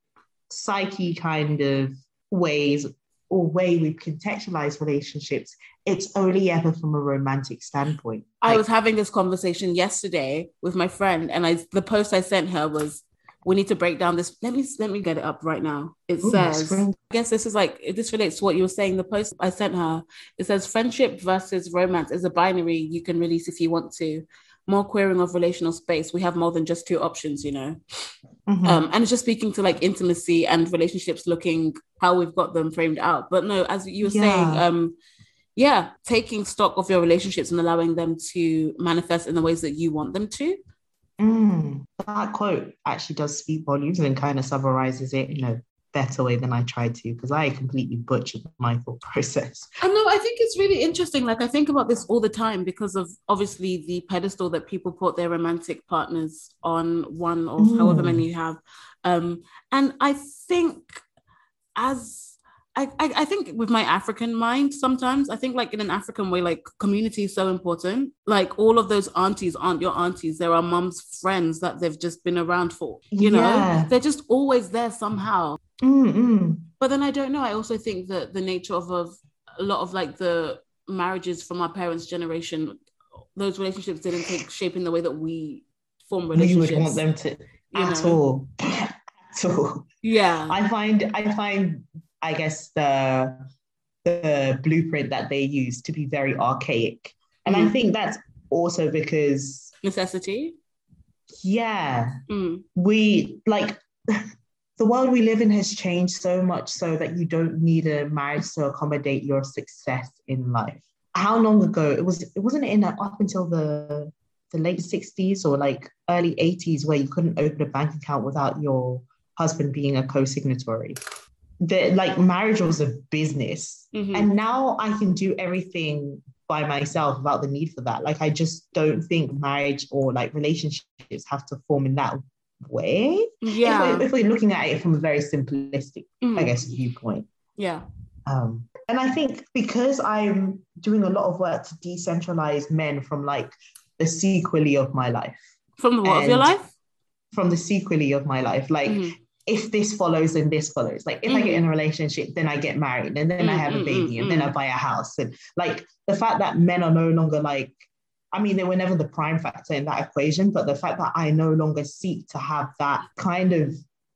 Speaker 3: psyche kind of ways or way we contextualize relationships, it's only ever from a romantic standpoint.
Speaker 4: I
Speaker 3: Like,
Speaker 4: was having this conversation yesterday with my friend, and I the post I sent her was, "We need to break down this." Let me let me get it up right now. It
Speaker 3: Ooh, my
Speaker 4: says,
Speaker 3: screen.
Speaker 4: "I guess this is like this relates to what you were saying." The post I sent her it says, "Friendship versus romance is a binary you can release if you want to." More queering of relational space. We have more than just two options, you know.
Speaker 3: Mhm.
Speaker 4: Um, and it's just speaking to like intimacy and relationships, looking how we've got them framed out. But no, as you were saying,
Speaker 3: Yeah.
Speaker 4: um, yeah, taking stock of your relationships and allowing them to manifest in the ways that you want them to.
Speaker 3: Mm. that quote actually does speak volumes and kind of summarizes it in a better way than I tried to because I completely butchered my thought process.
Speaker 4: I know. I think it's really interesting. Like I think about this all the time because of obviously the pedestal that people put their romantic partners on, one or
Speaker 3: Mm.
Speaker 4: however many you have. Um, and I think as I, I, I think with my African mind, sometimes I think like in an African way, like community is so important. Like all of those aunties aren't your aunties. There are mum's friends that they've just been around for, you
Speaker 3: Yeah.
Speaker 4: know, they're just always there somehow
Speaker 3: Mm-mm.
Speaker 4: but then I don't know. I also think that the nature of, of a lot of like the marriages from our parents' generation, those relationships didn't take shape in the way that we form
Speaker 3: We
Speaker 4: relationships. Uh-huh.
Speaker 3: would want them to
Speaker 4: you
Speaker 3: at
Speaker 4: know?
Speaker 3: all. at all.
Speaker 4: Yeah.
Speaker 3: I find I find I guess the the blueprint that they use to be very archaic. And I
Speaker 4: Mm.
Speaker 3: think that's also because
Speaker 4: Necessity.
Speaker 3: yeah,
Speaker 4: Mm.
Speaker 3: we like the world we live in has changed so much so that you don't need a marriage to accommodate your success in life. How long ago it was it wasn't in uh, up until the the late 60s or like early 80s where you couldn't open a bank account without your husband being a co-signatory. The like marriage was a business.
Speaker 4: Mhm.
Speaker 3: And now I can do everything by myself without the need for that. Like I just don't think marriage or like relationships have to form in that way.
Speaker 4: yeah.
Speaker 3: If, we, if we're looking at it from a very simplistic,
Speaker 4: Mm.
Speaker 3: I guess, viewpoint.
Speaker 4: Yeah.
Speaker 3: Um, and I think because I'm doing a lot of work to decentralize men from like the sequely of my life,
Speaker 4: From the what of your
Speaker 3: And-
Speaker 4: life?
Speaker 3: from the sequely of my life, like
Speaker 4: Mhm.
Speaker 3: if this follows, then this follows. Like if I get in a relationship, then I get married, and then I have a
Speaker 4: Mm, mm,
Speaker 3: baby,
Speaker 4: mm,
Speaker 3: and then I buy a house. And like the fact that men are no longer like, I mean, they were never the prime factor in that equation, but the fact that I no longer seek to have that kind of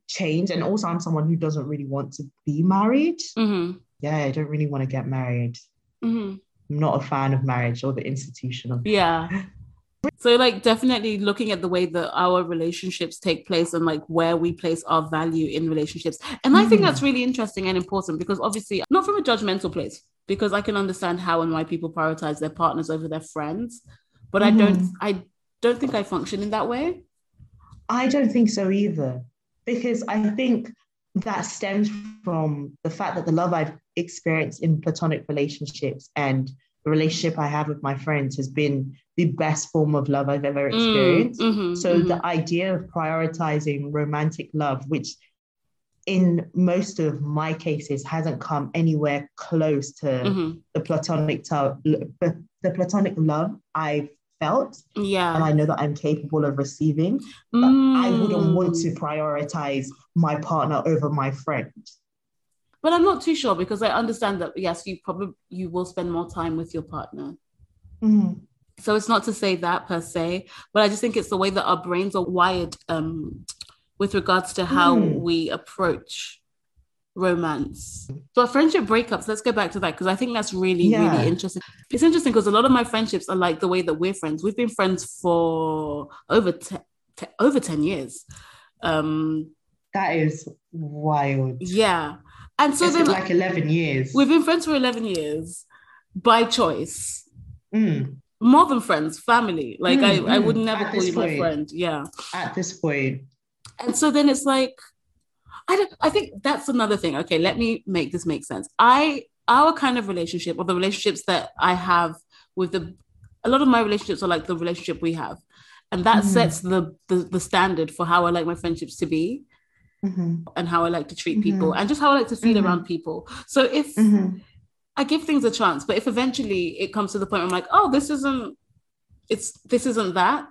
Speaker 3: change, and also I'm someone who doesn't really want to be married.
Speaker 4: Mm-hmm.
Speaker 3: Yeah, I don't really want to get married.
Speaker 4: Mm-hmm.
Speaker 3: I'm not a fan of marriage or the institution of
Speaker 4: Yeah. So, like, definitely looking at the way that our relationships take place and like where we place our value in relationships. And I think
Speaker 3: Mm.
Speaker 4: that's really interesting and important because obviously, not from a judgmental place, because I can understand how and why people prioritize their partners over their friends. But I don't,
Speaker 3: Mhm.
Speaker 4: I don't think I function in that way.
Speaker 3: I don't think so either, because I think that stems from the fact that the love I've experienced in platonic relationships and the relationship I have with my friends has been the best form of love I've ever
Speaker 4: Mm,
Speaker 3: experienced.
Speaker 4: mhm,
Speaker 3: So
Speaker 4: mhm.
Speaker 3: the idea of prioritizing romantic love, which in most of my cases hasn't come anywhere close to
Speaker 4: Mhm.
Speaker 3: the platonic to- the platonic love I've felt and
Speaker 4: yeah,
Speaker 3: I know that I'm capable of receiving. I
Speaker 4: Mm.
Speaker 3: wouldn't want to prioritize my partner over my friend.
Speaker 4: But I'm not too sure because I understand that yes, you probably you will spend more time with your partner.
Speaker 3: Hmm.
Speaker 4: So it's not to say that per se, but I just think it's the way that our brains are wired um, with regards to how
Speaker 3: Mm.
Speaker 4: we approach romance. So our friendship breakups, let's go back to that because I think that's really,
Speaker 3: Yeah.
Speaker 4: really interesting. It's interesting because a lot of my friendships are like the way that we're friends. We've been friends for over te- te- over 10 years. Um,
Speaker 3: That is wild.
Speaker 4: yeah. And so
Speaker 3: it's
Speaker 4: then
Speaker 3: been like 11 years.
Speaker 4: we've been friends for 11 years by choice.
Speaker 3: Mm,
Speaker 4: more than friends, family. Like
Speaker 3: Mm,
Speaker 4: I, I
Speaker 3: mm.
Speaker 4: would never
Speaker 3: At
Speaker 4: call
Speaker 3: this
Speaker 4: you my
Speaker 3: point.
Speaker 4: friend. Yeah.
Speaker 3: at this point.
Speaker 4: And so then it's like, I don't I think that's another thing. Okay, let me make this make sense. I our kind of relationship or the relationships that I have with the a lot of my relationships are like the relationship we have. And that
Speaker 3: Mm.
Speaker 4: sets the, the the standard for how I like my friendships to be
Speaker 3: Mhm,
Speaker 4: and how I like to treat
Speaker 3: Mm-hmm.
Speaker 4: people and just how I like to feel
Speaker 3: Mhm.
Speaker 4: around people. So if
Speaker 3: mhm.
Speaker 4: I give things a chance, but if eventually it comes to the point where I'm like, oh, this isn't, it's this isn't that.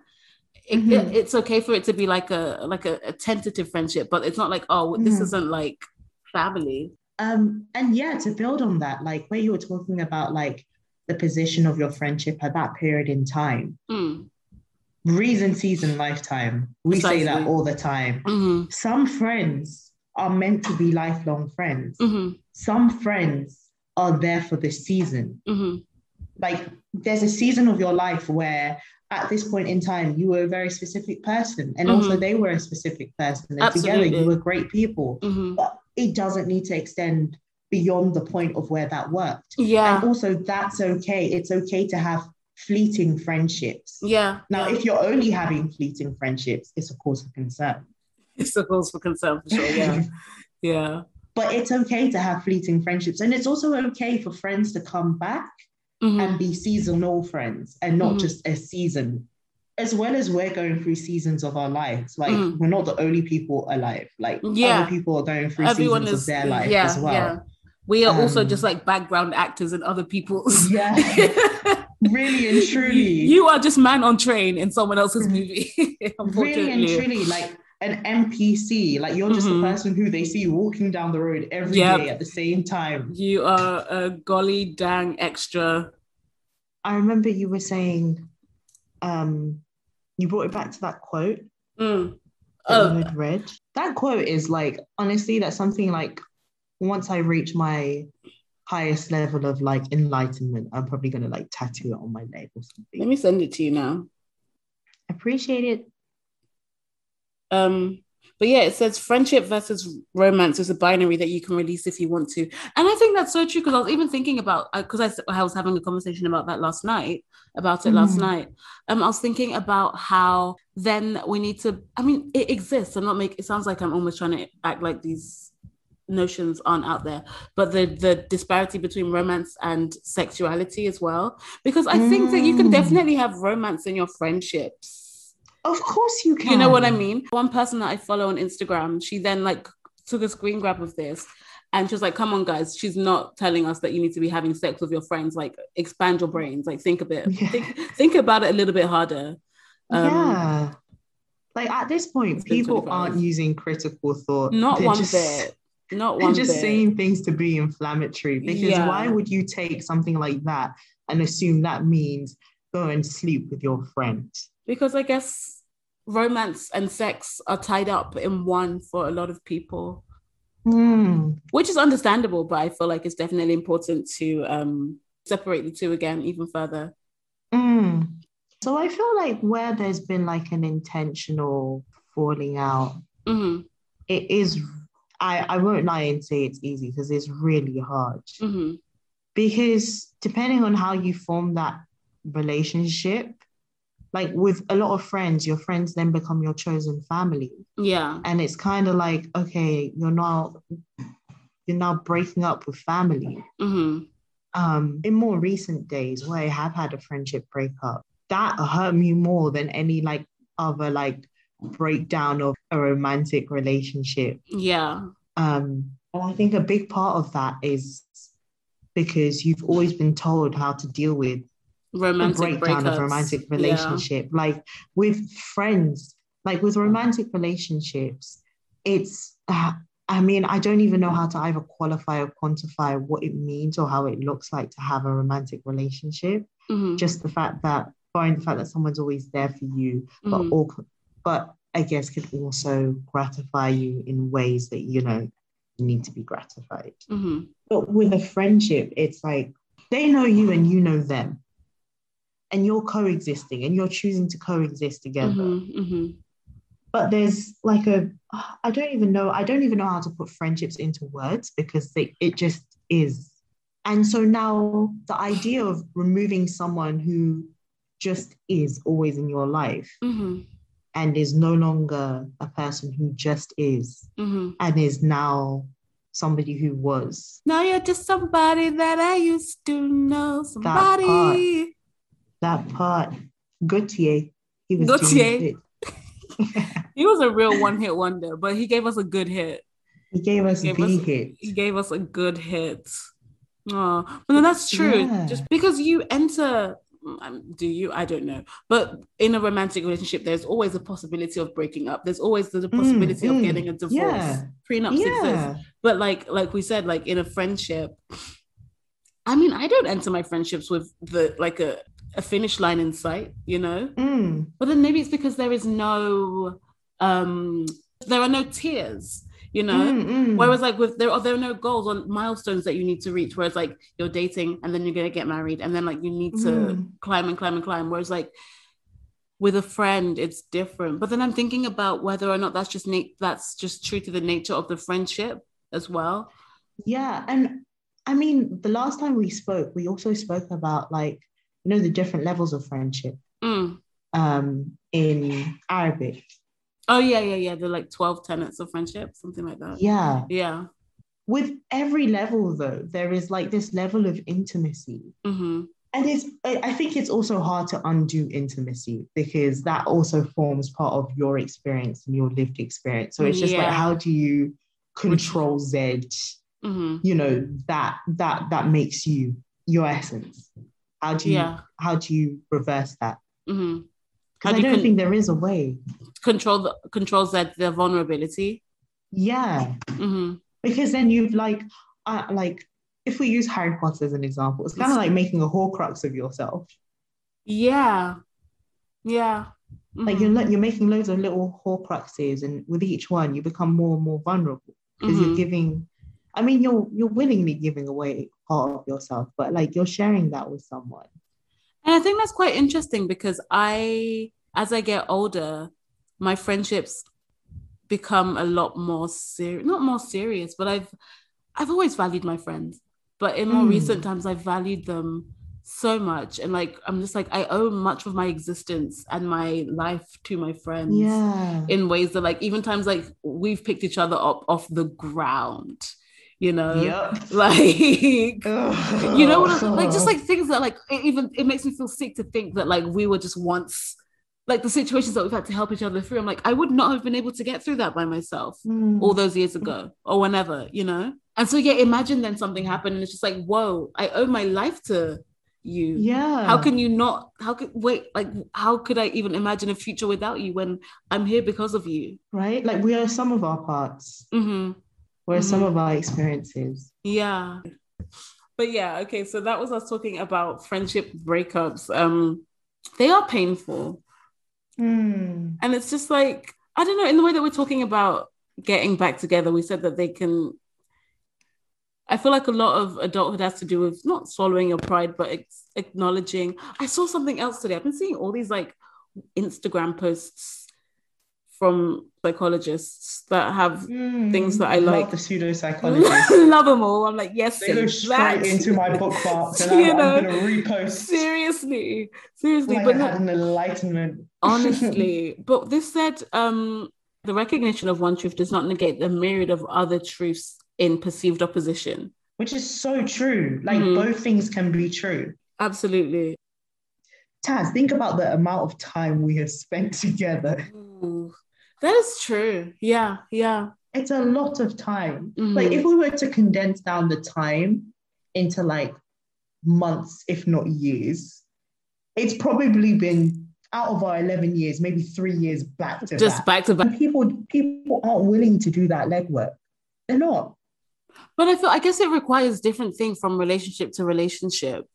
Speaker 4: It,
Speaker 3: Mhm.
Speaker 4: it- it's okay for it to be like a like a, a tentative friendship, but it's not like oh, this
Speaker 3: Mhm.
Speaker 4: isn't like family.
Speaker 3: Um, and yeah, to build on that, like where you were talking about like the position of your friendship at that period in time.
Speaker 4: Mm.
Speaker 3: Reason, season, lifetime. We say
Speaker 4: Precisely.
Speaker 3: that all the time.
Speaker 4: hmm
Speaker 3: Some friends are meant to be lifelong friends.
Speaker 4: hmm
Speaker 3: Some friends are there for the season.
Speaker 4: hmm
Speaker 3: like there's a season of your life where at this point in time you were a very specific person and also
Speaker 4: Mhm.
Speaker 3: they were a specific person and together
Speaker 4: Absolutely.
Speaker 3: you were great people
Speaker 4: hmm
Speaker 3: but it doesn't need to extend beyond the point of where that worked
Speaker 4: Yeah,
Speaker 3: and also that's okay it's okay to have fleeting friendships
Speaker 4: yeah.
Speaker 3: now if you're only having fleeting friendships it's of course a concern
Speaker 4: it's a cause for concern for sure. Yeah, yeah.
Speaker 3: but it's okay to have fleeting friendships and it's also okay for friends to come back
Speaker 4: Mhm.
Speaker 3: and be seasonal friends and not
Speaker 4: Mhm.
Speaker 3: just a season as well as we're going through seasons of our lives like
Speaker 4: Mhm.
Speaker 3: we're not the only people alive like
Speaker 4: Yeah.
Speaker 3: other people are going through
Speaker 4: Everyone
Speaker 3: seasons
Speaker 4: is
Speaker 3: of their life
Speaker 4: yeah,
Speaker 3: as
Speaker 4: yeah.
Speaker 3: well
Speaker 4: We are also
Speaker 3: Um,
Speaker 4: just like background actors in other people's.
Speaker 3: yeah, really and truly Mm-hmm.
Speaker 4: you are just man on train in someone else's movie.
Speaker 3: really and
Speaker 4: unfortunately.
Speaker 3: truly like an NPC like you're just
Speaker 4: Mhm.
Speaker 3: the person who they see walking down the road every day
Speaker 4: Yep.
Speaker 3: at the same time
Speaker 4: You are a golly dang extra.
Speaker 3: I remember you were saying um you brought it back to that quote
Speaker 4: Mm.
Speaker 3: that
Speaker 4: Oh,
Speaker 3: you had read. That quote is like honestly, that's something like once I reach my highest level of like enlightenment, I'm probably gonna like tattoo it on my leg or
Speaker 4: let
Speaker 3: something.
Speaker 4: me send it to you now.
Speaker 3: Appreciate it.
Speaker 4: Um, but yeah, it says friendship versus romance is a binary that you can release if you want to, and I think that's so true because I was even thinking about because I s I I, was having a conversation about that last night about it last
Speaker 3: Mm.
Speaker 4: night. Um, I was thinking about how then we need to. I mean, it exists. I'm not make. It sounds like I'm almost trying to act like these notions aren't out there, but the the disparity between romance and sexuality as well, because I think that you can
Speaker 3: Mm.
Speaker 4: definitely have romance in your friendships.
Speaker 3: Of course you can.
Speaker 4: You know what I mean? One person that I follow on Instagram, she then like took a screen grab of this and she was like, come on, guys, she's not telling us that you need to be having sex with your friends. Like, expand your brains, like, think a bit,
Speaker 3: Yeah.
Speaker 4: think, think about it a little bit harder. Um,
Speaker 3: yeah. Like at this point,
Speaker 4: It's been
Speaker 3: people
Speaker 4: 25.
Speaker 3: aren't using critical thought.
Speaker 4: Not
Speaker 3: They're
Speaker 4: one
Speaker 3: just-
Speaker 4: bit. Not
Speaker 3: They're
Speaker 4: one
Speaker 3: just
Speaker 4: bit.
Speaker 3: saying things to be inflammatory because
Speaker 4: Yeah.
Speaker 3: why would you take something like that and assume that means go and sleep with your friend?
Speaker 4: because I guess romance and sex are tied up in one for a lot of people,
Speaker 3: Hmm.
Speaker 4: which is understandable. But I feel like it's definitely important to um, separate the two again even further.
Speaker 3: Mm. So I feel like where there's been like an intentional falling out,
Speaker 4: hmm
Speaker 3: it is, I, I won't lie and say it's easy because it's really hard.
Speaker 4: hmm
Speaker 3: Because depending on how you form that relationship, like with a lot of friends, your friends then become your chosen family.
Speaker 4: Yeah.
Speaker 3: And it's kind of like, okay, you're now you're now breaking up with family.
Speaker 4: hmm
Speaker 3: um, in more recent days where I have had a friendship breakup, that hurt me more than any like other like breakdown of a romantic relationship.
Speaker 4: Yeah.
Speaker 3: Um, and I think a big part of that is because you've always been told how to deal with the
Speaker 4: Romantic
Speaker 3: breakdown
Speaker 4: breakups.
Speaker 3: of romantic
Speaker 4: Yeah.
Speaker 3: relationship. Like with friends, like
Speaker 4: Mm.
Speaker 3: with romantic relationships, it's. Uh, I mean, I don't even know how to either qualify or quantify what it means or how it looks like to have a romantic relationship.
Speaker 4: Mhm.
Speaker 3: Just the fact that, barring the fact that someone's always there for you, but
Speaker 4: Mhm.
Speaker 3: all, but I guess could also gratify you in ways that you know need to be gratified.
Speaker 4: Mhm.
Speaker 3: But with a friendship, it's like they know you and you know them. And you're coexisting and you're choosing to coexist together.
Speaker 4: Mhm. Mhm.
Speaker 3: But there's like a, I don't even know, I don't even know how to put friendships into words because they, it just is. And so now the idea of removing someone who just is always in your life
Speaker 4: Mhm.
Speaker 3: and is no longer a person who just is
Speaker 4: Mhm.
Speaker 3: and is now somebody who was
Speaker 4: Now you're just somebody that I used to know.
Speaker 3: part.
Speaker 4: Somebody.
Speaker 3: that part. Gautier, he was
Speaker 4: Gautier.
Speaker 3: doing it.
Speaker 4: He was a real one hit wonder, but he gave us a good hit.
Speaker 3: He gave us
Speaker 4: Gave
Speaker 3: the
Speaker 4: us- E
Speaker 3: hit.
Speaker 4: he gave us a good hit. Oh, but no, that's true.
Speaker 3: Yeah.
Speaker 4: Just because you enter, um, do you? I don't know. But in a romantic relationship, there's always a possibility of breaking up. There's always the, the
Speaker 3: Mm,
Speaker 4: possibility of
Speaker 3: mm,
Speaker 4: getting a divorce.
Speaker 3: yeah.
Speaker 4: Prenups exist.
Speaker 3: Yeah,
Speaker 4: But like, like we said, like in a friendship, I mean, I don't enter my friendships with the like a, a finish line in sight, you know.
Speaker 3: Mm,
Speaker 4: But then maybe it's because there is no, um, there are no tears, you know.
Speaker 3: mm, mm.
Speaker 4: Whereas like with there are there are no goals or milestones that you need to reach. Whereas like you're dating and then you're gonna get married and then like you need to
Speaker 3: Mm.
Speaker 4: climb and climb and climb. Whereas like with a friend, it's different. But then I'm thinking about whether or not that's just na- that's just true to the nature of the friendship as well.
Speaker 3: yeah, and I mean, the last time we spoke, we also spoke about like you know the different levels of friendship
Speaker 4: Mm.
Speaker 3: um, in Arabic.
Speaker 4: Oh yeah, yeah, yeah. They're like 12 tenets of friendship, something like that.
Speaker 3: Yeah,
Speaker 4: Yeah.
Speaker 3: with every level though, there is like this level of intimacy.
Speaker 4: hmm
Speaker 3: and it's i I think it's also hard to undo intimacy because that also forms part of your experience and your lived experience so it's just
Speaker 4: Yeah.
Speaker 3: like how do you control z
Speaker 4: hmm
Speaker 3: you know that that that makes you your essence how do you
Speaker 4: Yeah.
Speaker 3: how do you reverse that
Speaker 4: hmm How
Speaker 3: because
Speaker 4: do
Speaker 3: i
Speaker 4: you
Speaker 3: don't
Speaker 4: con-
Speaker 3: think there is a way
Speaker 4: Control the controls that their vulnerability.
Speaker 3: yeah
Speaker 4: hmm
Speaker 3: because then you've like uh, like if we use harry potter as an example it's kind of like making a horcrux of yourself
Speaker 4: Yeah. Yeah.
Speaker 3: like
Speaker 4: Mhm.
Speaker 3: you're lo- you're making loads of little horcruxes and with each one you become more and more vulnerable because
Speaker 4: Mhm.
Speaker 3: you're giving i mean you're you're willingly giving away part of yourself but like you're sharing that with someone
Speaker 4: And I think that's quite interesting because I, as I get older, my friendships become a lot more serious, not more serious, but I've, I've always valued my friends, but in more
Speaker 3: Mm.
Speaker 4: recent times, I've valued them so much. And like, I'm just like, I owe much of my existence and my life to my friends
Speaker 3: yeah
Speaker 4: in ways that like, even times like we've picked each other up off the ground, you know,
Speaker 3: yep
Speaker 4: like, you know what I, like just
Speaker 3: Ugh.
Speaker 4: like things that like it even it makes me feel sick to think that like we were just once like the situations that we've had to help each other through i'm like i would not have been able to get through that by myself
Speaker 3: Mm.
Speaker 4: all those years ago or whenever you know and so yeah imagine then something happened and it's just like whoa i owe my life to you
Speaker 3: yeah
Speaker 4: how can you not how could wait like how could i even imagine a future without you when i'm here because of you
Speaker 3: right like we are some of our parts
Speaker 4: hmm
Speaker 3: we're some
Speaker 4: Mhm.
Speaker 3: of our experiences
Speaker 4: yeah but yeah okay so that was us talking about friendship breakups um they are painful and it's just like i don't know in the way that we're talking about getting back together we said that they can i feel like a lot of adulthood has to do with not swallowing your pride but ex- acknowledging i saw something else today i've been seeing all these like instagram posts from psychologists that have Things that I
Speaker 3: Love
Speaker 4: like.
Speaker 3: the pseudo psychologist
Speaker 4: love them all i'm like yes
Speaker 3: they go
Speaker 4: sis,
Speaker 3: straight
Speaker 4: that-
Speaker 3: into my bookmarks and
Speaker 4: You
Speaker 3: I'm,
Speaker 4: know,
Speaker 3: I'm gonna repost
Speaker 4: seriously seriously
Speaker 3: like
Speaker 4: but
Speaker 3: I
Speaker 4: no,
Speaker 3: had an enlightenment
Speaker 4: Oh honestly but this said um the recognition of one truth does not negate the myriad of other truths in perceived opposition
Speaker 3: which is so true like
Speaker 4: Mhm.
Speaker 3: both things can be true
Speaker 4: absolutely
Speaker 3: Taz, think about the amount of time we have spent together.
Speaker 4: Ooh, that is true yeah yeah
Speaker 3: It's a lot of time.
Speaker 4: Mhm.
Speaker 3: Like, if we were to condense down the time into like months, if not years, it's probably been out of our 11 years, maybe three years back to
Speaker 4: just
Speaker 3: back.
Speaker 4: back to back
Speaker 3: And people, people aren't willing to do that legwork. They're not.
Speaker 4: but i feel i guess it requires different things from relationship to relationship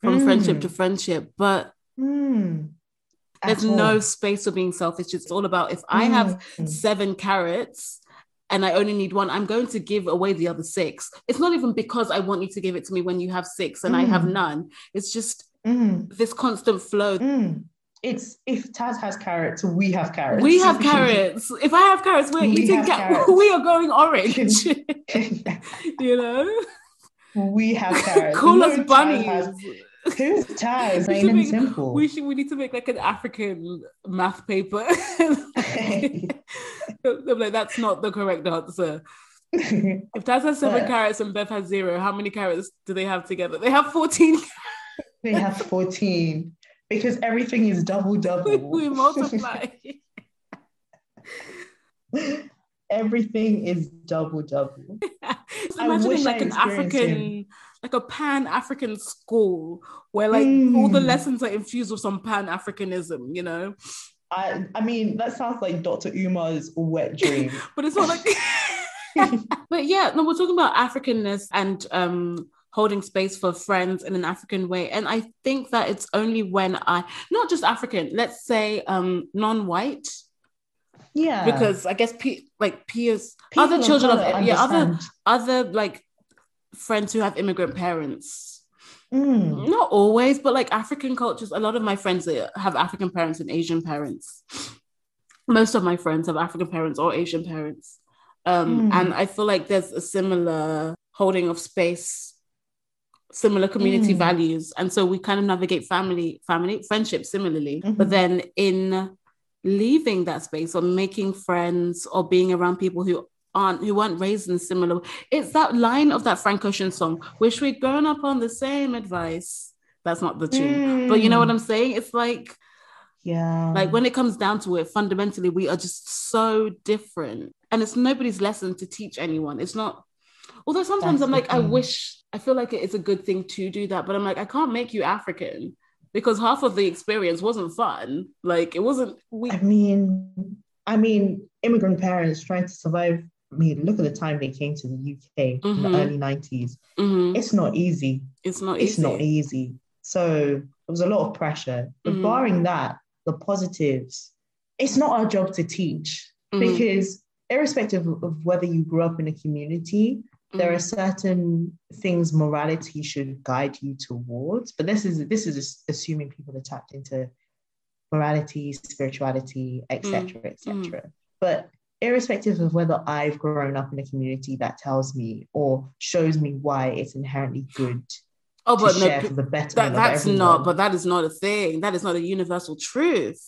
Speaker 4: from friendship
Speaker 3: Mm.
Speaker 4: to friendship but
Speaker 3: Mm. At
Speaker 4: there's no
Speaker 3: all.
Speaker 4: space for being selfish it's all about if i have
Speaker 3: Mm.
Speaker 4: seven carrots and I only need one, I'm going to give away the other six. It's not even because I want you to give it to me when you have six and I have
Speaker 3: Mm.
Speaker 4: none. It's just
Speaker 3: Mm.
Speaker 4: this constant flow.
Speaker 3: Mm. It's if Taz has carrots, we have carrots.
Speaker 4: We have carrots. If I have carrots, we're
Speaker 3: We
Speaker 4: eating
Speaker 3: have
Speaker 4: ca-
Speaker 3: carrots.
Speaker 4: we are going orange. you know?
Speaker 3: We have carrots.
Speaker 4: Call us
Speaker 3: Who Taz
Speaker 4: bunnies.
Speaker 3: has- Who's Taz?
Speaker 4: We
Speaker 3: Plain
Speaker 4: should
Speaker 3: and
Speaker 4: make-
Speaker 3: simple.
Speaker 4: We should we need to make like an African math paper. I'm like, that's not the correct answer. If Taz has seven
Speaker 3: Yeah.
Speaker 4: carrots and Beth has zero, how many carrots do they have together? They have 14
Speaker 3: they have 14 because everything is double double.
Speaker 4: we, we multiply.
Speaker 3: everything is double double.
Speaker 4: Just
Speaker 3: I
Speaker 4: imagining
Speaker 3: wish I
Speaker 4: like an
Speaker 3: experienced him.
Speaker 4: African, like a pan African school where like all the
Speaker 3: Mm.
Speaker 4: lessons are infused with some pan Africanism, you know?
Speaker 3: I, I mean, that sounds like Dr. Uma's wet dream.
Speaker 4: But it's not like. but yeah, no, we're talking about Africanness and um, holding space for friends in an African way. And I think that it's only when I, not just African, let's say um, non white,
Speaker 3: yeah.
Speaker 4: because I guess pe- like peers,
Speaker 3: people
Speaker 4: other children of,
Speaker 3: colour
Speaker 4: yeah, other
Speaker 3: understand.
Speaker 4: other like friends who have immigrant parents
Speaker 3: Mm.
Speaker 4: not always but like african cultures a lot of my friends that have african parents and asian parents most of my friends have african parents or asian parents um,
Speaker 3: Mm.
Speaker 4: and i feel like there's a similar holding of space similar community
Speaker 3: Mm.
Speaker 4: values and so we kind of navigate family family friendship similarly but
Speaker 3: Mhm.
Speaker 4: then in leaving that space or making friends or being around people who aren't who weren't raised in similar it's that line of that frank ocean song wish we'd grown up on the same advice that's not the
Speaker 3: Mm.
Speaker 4: tune but you know what i'm saying it's like
Speaker 3: Yeah.
Speaker 4: like when it comes down to it fundamentally we are just so different and it's nobody's lesson to teach anyone it's not although sometimes
Speaker 3: That's
Speaker 4: i'm
Speaker 3: the
Speaker 4: like i
Speaker 3: thing.
Speaker 4: wish i feel like it's a good thing to do that but i'm like i can't make you african because half of the experience wasn't fun like it wasn't we
Speaker 3: I mean, I mean, immigrant parents trying to survive. I mean, look at the time they came to the UK in
Speaker 4: Mhm.
Speaker 3: the early 90s.
Speaker 4: Mhm.
Speaker 3: It's not easy.
Speaker 4: it's not
Speaker 3: It's
Speaker 4: easy
Speaker 3: not easy. So there was a lot of pressure. But
Speaker 4: Mhm.
Speaker 3: barring that, the positives, it's not our job to teach
Speaker 4: Mhm.
Speaker 3: because irrespective of whether you grew up in a community,
Speaker 4: mm-hmm.
Speaker 3: there are
Speaker 4: Mm.
Speaker 3: certain things morality should guide you towards but this is this is as- assuming people are tapped into morality spirituality
Speaker 4: Mm.
Speaker 3: etc etc but irrespective of whether i've grown up in a community that tells me or shows me why it's inherently good
Speaker 4: oh
Speaker 3: to
Speaker 4: but no
Speaker 3: share for the betterment
Speaker 4: that,
Speaker 3: of
Speaker 4: that's
Speaker 3: everyone,
Speaker 4: not but that is not a thing that is not a universal truth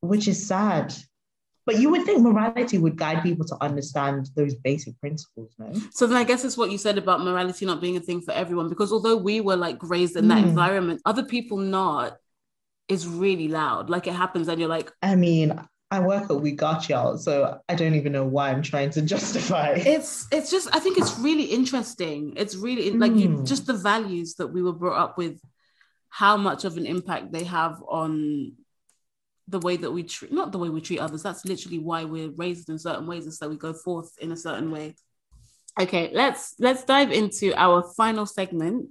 Speaker 3: which is sad but you would think morality would guide people to understand those basic principles no
Speaker 4: So then I guess it's what you said about morality not being a thing for everyone, because although we were like raised in that
Speaker 3: Mm.
Speaker 4: environment, other people not is really loud. Like it happens and you're like,
Speaker 3: I mean, I work at Wigachal, so I don't even know why I'm trying to justify.
Speaker 4: it's it's just I think it's really interesting. It's really like you
Speaker 3: Mm.
Speaker 4: just the values that we were brought up with how much of an impact they have on the way that we treat not the way we treat others that's literally why we're raised in certain ways and so we go forth in a certain way okay let's let's dive into our final segment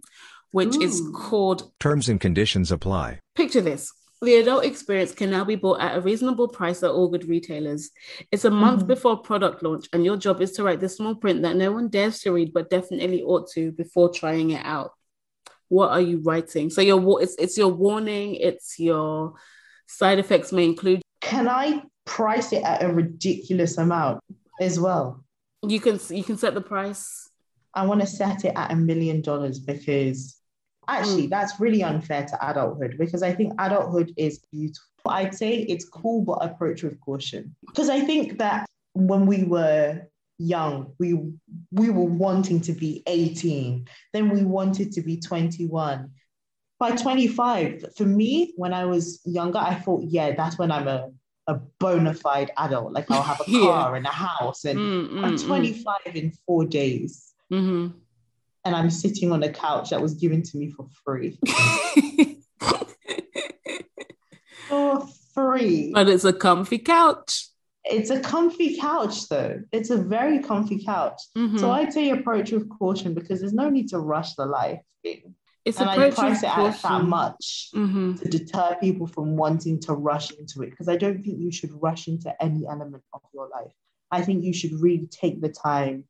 Speaker 4: which is
Speaker 1: Ooh.
Speaker 4: called
Speaker 6: Terms and conditions apply.
Speaker 4: Picture this. The adult experience can now be bought at a reasonable price at all good retailers. It's a month
Speaker 3: Mm-hmm.
Speaker 2: Mhm.
Speaker 4: before product launch, and your job is to write the small print that no one dares to read but definitely ought to before trying it out. What are you writing? So your wa- it's it's your warning, it's your side effects may include
Speaker 3: Can I price it at a ridiculous amount as well?
Speaker 4: you can you can set the price.
Speaker 3: I want to set it at a million dollars because actually
Speaker 4: Mm.
Speaker 3: that's really unfair to adulthood because I think adulthood is beautiful. I'd say it's cool but approach with caution because I think that when we were young we we were wanting to be 18 then we wanted to be 21 by 25 for me when I was younger I thought yeah that's when I'm a a bona fide adult like I'll have a
Speaker 4: Yeah.
Speaker 3: car and a house and
Speaker 4: Mm, mm,
Speaker 3: I'm
Speaker 4: mm.
Speaker 3: 25 in 4 days
Speaker 4: Mhm.
Speaker 3: and I'm sitting on a couch that was given to me for free. For free.
Speaker 4: but it's a comfy couch.
Speaker 3: It's a comfy couch, though. It's a very comfy couch.
Speaker 4: Mhm.
Speaker 3: So I'd say approach with caution because there's no need to rush the life thing.
Speaker 4: it's
Speaker 3: and I
Speaker 4: approach
Speaker 3: price
Speaker 4: with
Speaker 3: it out at that
Speaker 4: caution.
Speaker 3: much
Speaker 4: Mhm.
Speaker 3: to deter people from wanting to rush into it because I don't think you should rush into any element of your life. I think you should really take the time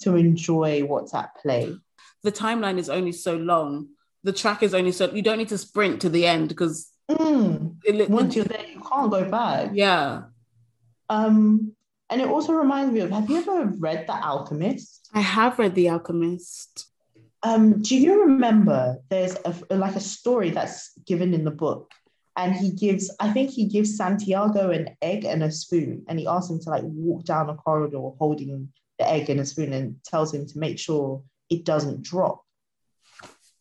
Speaker 3: to enjoy what's at play.
Speaker 4: the timeline is only so long. The track is only so you don't need to sprint to the end because
Speaker 3: Mm.
Speaker 4: it, li-
Speaker 3: Once you're there, you can't go back.
Speaker 4: yeah.
Speaker 3: Um, and it also reminds me of have you ever read The Alchemist?
Speaker 4: I have read The Alchemist.
Speaker 3: Um, do you remember there's a, like a story that's given in the book? And he gives, I think he gives Santiago an egg and a spoon, and he asks him to like walk down a corridor holding the egg and a spoon and tells him to make sure it doesn't drop.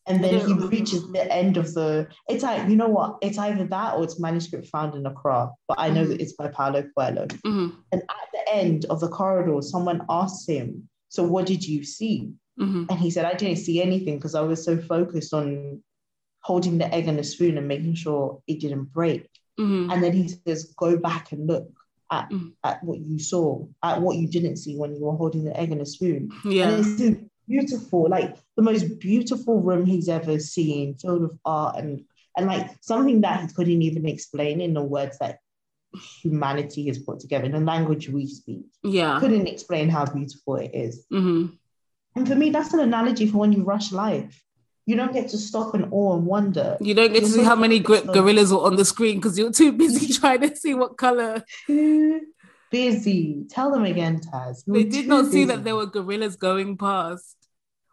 Speaker 3: And
Speaker 4: I
Speaker 3: then
Speaker 4: don't
Speaker 3: he
Speaker 4: remember.
Speaker 3: reaches the end of the. It's like, you know what? It's either that or it's manuscript found in Accra, but I know
Speaker 4: Mhm.
Speaker 3: that it's by Paulo Coelho.
Speaker 4: Mhm,
Speaker 3: And at the end of the corridor, someone asked him, So what did you see?
Speaker 4: mhm,
Speaker 3: And he said, I didn't see anything because I was so focused on holding the egg and the spoon and making sure it didn't break.
Speaker 4: mhm.
Speaker 3: And then he says, Go back and look at,
Speaker 4: Mm.
Speaker 3: at what you saw, at what you didn't see when you were holding the egg and the spoon. And
Speaker 4: Yeah.
Speaker 3: it's this beautiful, like the most beautiful room he's ever seen, filled with art and and like something that he couldn't even explain in the words that humanity has put together in the language we speak.
Speaker 4: Yeah.
Speaker 3: Couldn't explain how beautiful it is.
Speaker 4: hmm
Speaker 3: And for me, that's an analogy for when you rush life. You don't get to stop and awe and wonder.
Speaker 4: You don't get to see how many gri- gorillas were on the screen because you're too busy trying to see what color.
Speaker 3: Too busy. Tell them again, Taz. You
Speaker 4: They
Speaker 3: were
Speaker 4: did
Speaker 3: too
Speaker 4: not see
Speaker 3: busy.
Speaker 4: that there were gorillas going past.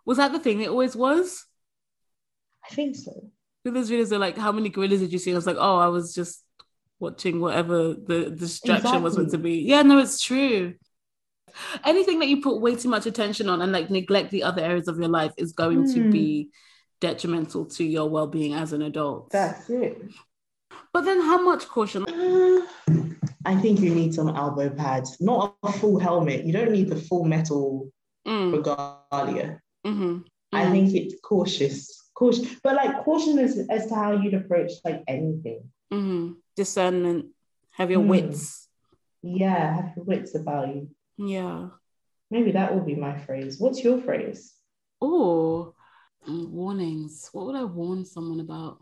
Speaker 4: Was that the thing? It always was.
Speaker 3: I think so.
Speaker 4: With those videos, they're like, "How many gorillas did you see?" I was like, "Oh, I was just watching whatever the distraction was meant to be." Yeah, no, it's true. Anything that you put way too much attention on and like neglect the other areas of your life is going to
Speaker 3: Hmm.
Speaker 4: be detrimental to your well-being as an adult.
Speaker 3: That's it.
Speaker 4: But then, how much caution?
Speaker 3: I think you need some elbow pads, not a full helmet. You don't need the full metal
Speaker 4: Mm,
Speaker 3: regalia.
Speaker 4: mhm,
Speaker 3: I
Speaker 4: mhm.
Speaker 3: think it's cautious, cautious, but like caution as, as to how you'd approach like anything.
Speaker 4: Mhm. discernment, have your
Speaker 3: Hmm.
Speaker 4: wits.
Speaker 3: Yeah, have your wits about you.
Speaker 4: Yeah.
Speaker 3: Maybe that will be my phrase. What's your phrase?
Speaker 4: Oh, warnings. What would I warn someone about?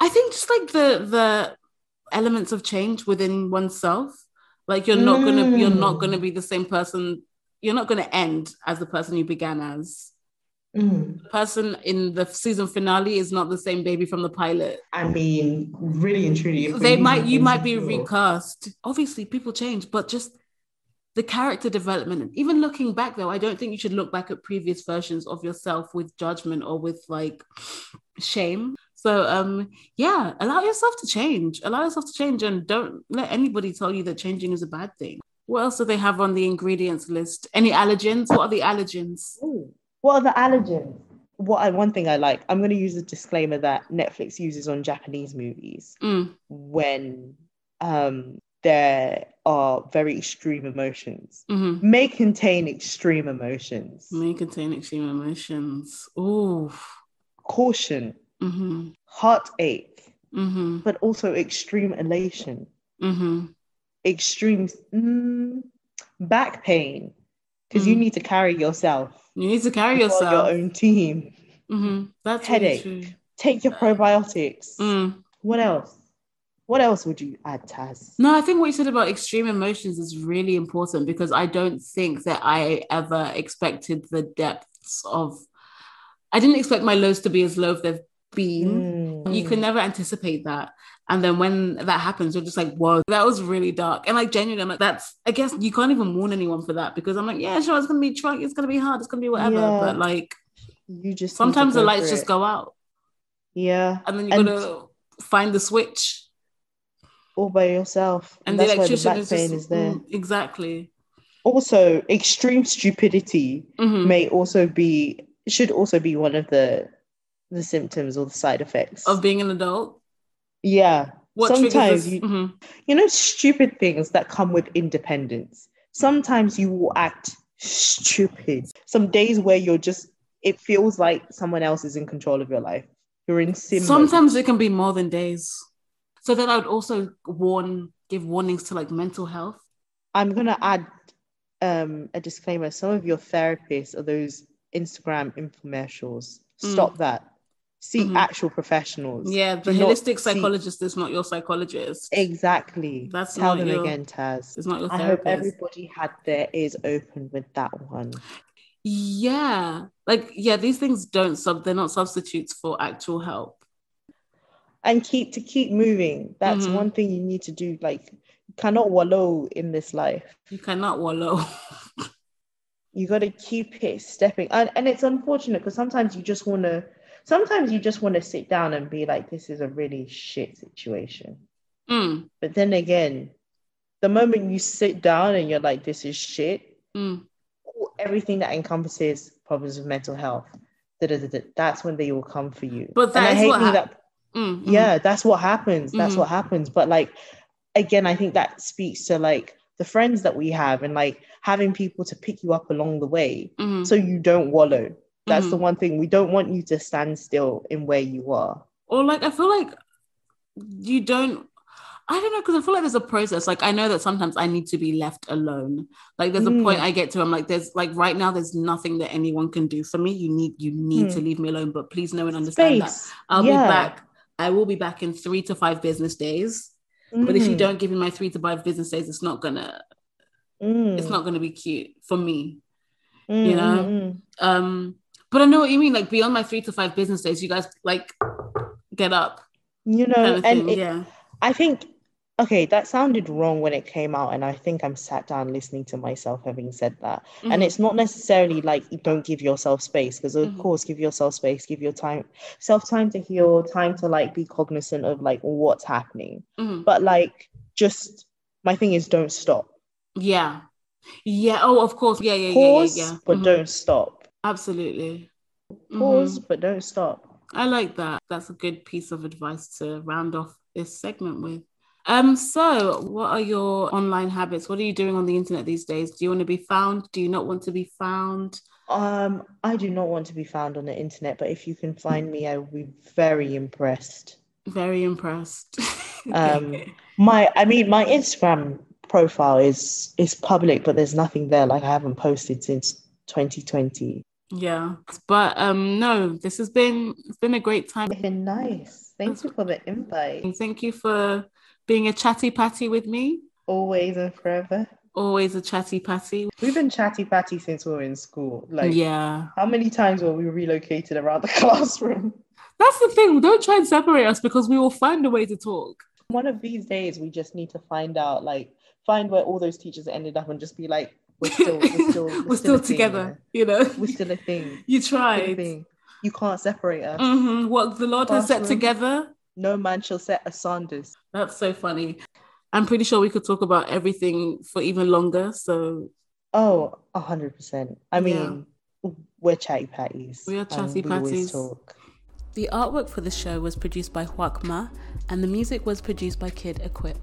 Speaker 4: I think just like the the elements of change within oneself. Like you're not gonna you're not
Speaker 3: Mm.
Speaker 4: gonna be the same person. You're not gonna end as the person you began as.
Speaker 3: Mm.
Speaker 4: The person in the season finale is not the same baby from the pilot.
Speaker 3: I mean, really and truly, if we're
Speaker 4: They
Speaker 3: using
Speaker 4: might you
Speaker 3: things
Speaker 4: might
Speaker 3: as
Speaker 4: be
Speaker 3: real-
Speaker 4: recast. Obviously, people change, but just the character development. Even looking back though, I don't think you should look back at previous versions of yourself with judgment or with like shame. So um yeah, allow yourself to change. Allow yourself to change and don't let anybody tell you that changing is a bad thing. What else do they have on the ingredients list? Any allergens? What are the allergens?
Speaker 3: Ooh. What are the allergens? What I, one thing I like, I'm going to use the disclaimer that Netflix uses on Japanese movies
Speaker 4: Mm,
Speaker 3: when um, there are very extreme emotions,
Speaker 4: mhm.
Speaker 3: may contain extreme emotions.
Speaker 4: May contain extreme emotions. Ooh.
Speaker 3: Caution
Speaker 4: Mm-hmm.
Speaker 3: heartache,
Speaker 4: Mm-hmm.
Speaker 3: but also extreme elation,
Speaker 4: Mm-hmm.
Speaker 3: extreme mm, back pain, because you
Speaker 4: Mm.
Speaker 3: need to carry yourself,
Speaker 4: You need to carry
Speaker 3: as well as
Speaker 4: yourself.
Speaker 3: your own team.
Speaker 4: Mm-hmm. That's
Speaker 3: Headache.
Speaker 4: Really
Speaker 3: Take your probiotics.
Speaker 4: true. Mm.
Speaker 3: What else? What else would you add, Taz?
Speaker 4: No, I think what you said about extreme emotions is really important because I don't think that I ever expected the depths of. I didn't expect my lows to be as low as they've been.
Speaker 3: Mm.
Speaker 4: You can never anticipate that. And then when that happens, you're just like, whoa, that was really dark. And like, genuinely, I'm like, that's, I guess you can't even warn anyone for that because I'm like, yeah, sure, it's going to be trunk, it's going to be hard, it's going to be whatever.
Speaker 3: Yeah.
Speaker 4: But like,
Speaker 3: You just need to
Speaker 4: sometimes the
Speaker 3: go
Speaker 4: lights
Speaker 3: for
Speaker 4: just
Speaker 3: it.
Speaker 4: go out
Speaker 3: Yeah,
Speaker 4: and then you're
Speaker 3: And-
Speaker 4: going to find the switch
Speaker 3: all by yourself.
Speaker 4: and
Speaker 3: That's
Speaker 4: the
Speaker 3: why the
Speaker 4: electrician
Speaker 3: back
Speaker 4: is
Speaker 3: pain
Speaker 4: just,
Speaker 3: is there.
Speaker 4: Mm, exactly.
Speaker 3: Also, extreme stupidity
Speaker 4: Mhm.
Speaker 3: may also be should also be one of the the symptoms or the side effects
Speaker 4: of being an adult.
Speaker 3: yeah
Speaker 4: What triggers
Speaker 3: sometimes
Speaker 4: this?
Speaker 3: you,
Speaker 4: Mhm.
Speaker 3: you know stupid things that come with independence sometimes you will act stupid some days where you're just it feels like someone else is in control of your life you're in sim mode.
Speaker 4: Sometimes it can be more than days. So then I would also warn, give warnings to like mental health.
Speaker 3: i'm gonna add um a disclaimer some of your therapists are those instagram infomercials
Speaker 4: Mm.
Speaker 3: stop that seek
Speaker 4: Mhm.
Speaker 3: actual professionals
Speaker 4: Yeah, the
Speaker 3: Do not
Speaker 4: holistic
Speaker 3: seek-
Speaker 4: psychologist is not your psychologist.
Speaker 3: Exactly.
Speaker 4: That's
Speaker 3: Tell
Speaker 4: not
Speaker 3: them
Speaker 4: your-
Speaker 3: again, Taz.
Speaker 4: It's not your
Speaker 3: I hope
Speaker 4: therapist.
Speaker 3: everybody had their ears open with that one.
Speaker 4: yeah, like yeah, these things don't sub. They're not substitutes for actual help.
Speaker 3: And keep to keep moving. That's
Speaker 4: Mhm.
Speaker 3: one thing you need to do. Like you cannot wallow in this life.
Speaker 4: You cannot wallow.
Speaker 3: You gotta keep it stepping. And and it's unfortunate because sometimes you just wanna sometimes you just wanna sit down and be like, this is a really shit situation.
Speaker 4: Mm,
Speaker 3: But then again, the moment you sit down and you're like, this is shit,
Speaker 4: mm,
Speaker 3: all- everything that encompasses problems with mental health. da, da, da, da, That's when they will come for you.
Speaker 4: But that
Speaker 3: and I
Speaker 4: is
Speaker 3: hate
Speaker 4: what
Speaker 3: when
Speaker 4: hap-
Speaker 3: that.
Speaker 4: mm, mhm.
Speaker 3: Yeah, that's what happens. That's
Speaker 4: Mhm.
Speaker 3: what happens. But like, again, I think that speaks to like the friends that we have and like having people to pick you up along the way
Speaker 4: Mhm.
Speaker 3: so you don't wallow. That's the
Speaker 4: Mhm.
Speaker 3: one thing we don't want you to stand still in where you are.
Speaker 4: or like I feel like you don't I don't know because I feel like there's a process. Like I know that sometimes I need to be left alone. Like there's a point
Speaker 3: Mm.
Speaker 4: I get to. I'm like, there's like right now, there's nothing that anyone can do for me. You need you need
Speaker 3: Mm.
Speaker 4: to leave me alone. But please know and understand that
Speaker 3: Space.
Speaker 4: I'll
Speaker 3: Yeah.
Speaker 4: be back. I will be back in three to five business days. But if you
Speaker 3: Mm,
Speaker 4: don't give me my three to five business days, it's not gonna it's
Speaker 3: mm,
Speaker 4: not gonna be cute for me.
Speaker 3: mm,
Speaker 4: you know?
Speaker 3: mm, mm.
Speaker 4: Um, but I know what you mean. Like beyond my three to five business days, you guys like get up.
Speaker 3: You know,
Speaker 4: Kind of
Speaker 3: and
Speaker 4: thing.
Speaker 3: it,
Speaker 4: yeah.
Speaker 3: I think okay, that sounded wrong when it came out, and I think I'm sat down listening to myself having said that. And
Speaker 4: Mhm.
Speaker 3: it's not necessarily like you don't give yourself space, because of
Speaker 4: Mhm.
Speaker 3: course, give yourself space, give your time, self time to heal, time to like be cognizant of like what's happening.
Speaker 4: Mhm.
Speaker 3: But like, just my thing is, don't stop.
Speaker 4: Yeah. Yeah. Oh, of course. Yeah, yeah,
Speaker 3: Pause,
Speaker 4: yeah, yeah, yeah.
Speaker 3: but
Speaker 4: Mhm.
Speaker 3: don't stop.
Speaker 4: Absolutely. Mhm.
Speaker 3: Pause, but don't stop.
Speaker 4: I like that. That's a good piece of advice to round off this segment with. Um, so what are your online habits? What are you doing on the internet these days? Do you want to be found? Do you not want to be found?
Speaker 3: Um, I do not want to be found on the internet, but if you can find me, I will be very impressed.
Speaker 4: Very impressed.
Speaker 3: Um, my i mean my instagram profile is is public but there's nothing there like i haven't posted since 2020
Speaker 4: yeah. But um no, this has been it's been a great time.
Speaker 3: it's been nice thank you for the invite
Speaker 4: And Thank you for being a chatty patty with me.
Speaker 3: always and forever
Speaker 4: Always a chatty patty.
Speaker 3: we've been chatty patty since we were in school like
Speaker 4: yeah.
Speaker 3: how many times were we relocated around the classroom
Speaker 4: That's the thing. Don't try and separate us because we will find a way to talk.
Speaker 3: one of these days we just need to find out like find where all those teachers ended up and just be like we're still we're still we're,
Speaker 4: We're still
Speaker 3: a thing,
Speaker 4: together, you know.
Speaker 3: you know? we're still a thing
Speaker 4: you
Speaker 3: We're still a
Speaker 4: tried.
Speaker 3: thing. you can't separate us
Speaker 4: Mhm. What the Lord has set
Speaker 3: Classroom.
Speaker 4: together.
Speaker 3: No man shall set asunder. this.
Speaker 4: That's so funny. I'm pretty sure we could talk about everything for even longer. So
Speaker 3: Oh, a hundred percent. I
Speaker 4: Yeah.
Speaker 3: mean, we're chatty patties.
Speaker 4: We are
Speaker 3: and
Speaker 4: chatty
Speaker 3: we always
Speaker 4: patties.
Speaker 3: talk.
Speaker 4: The artwork for the show was produced by Huakma, and the music was produced by Kid Equip.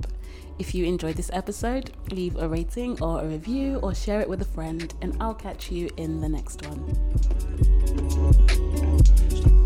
Speaker 4: If you enjoyed this episode, leave a rating or a review or share it with a friend, and I'll catch you in the next one.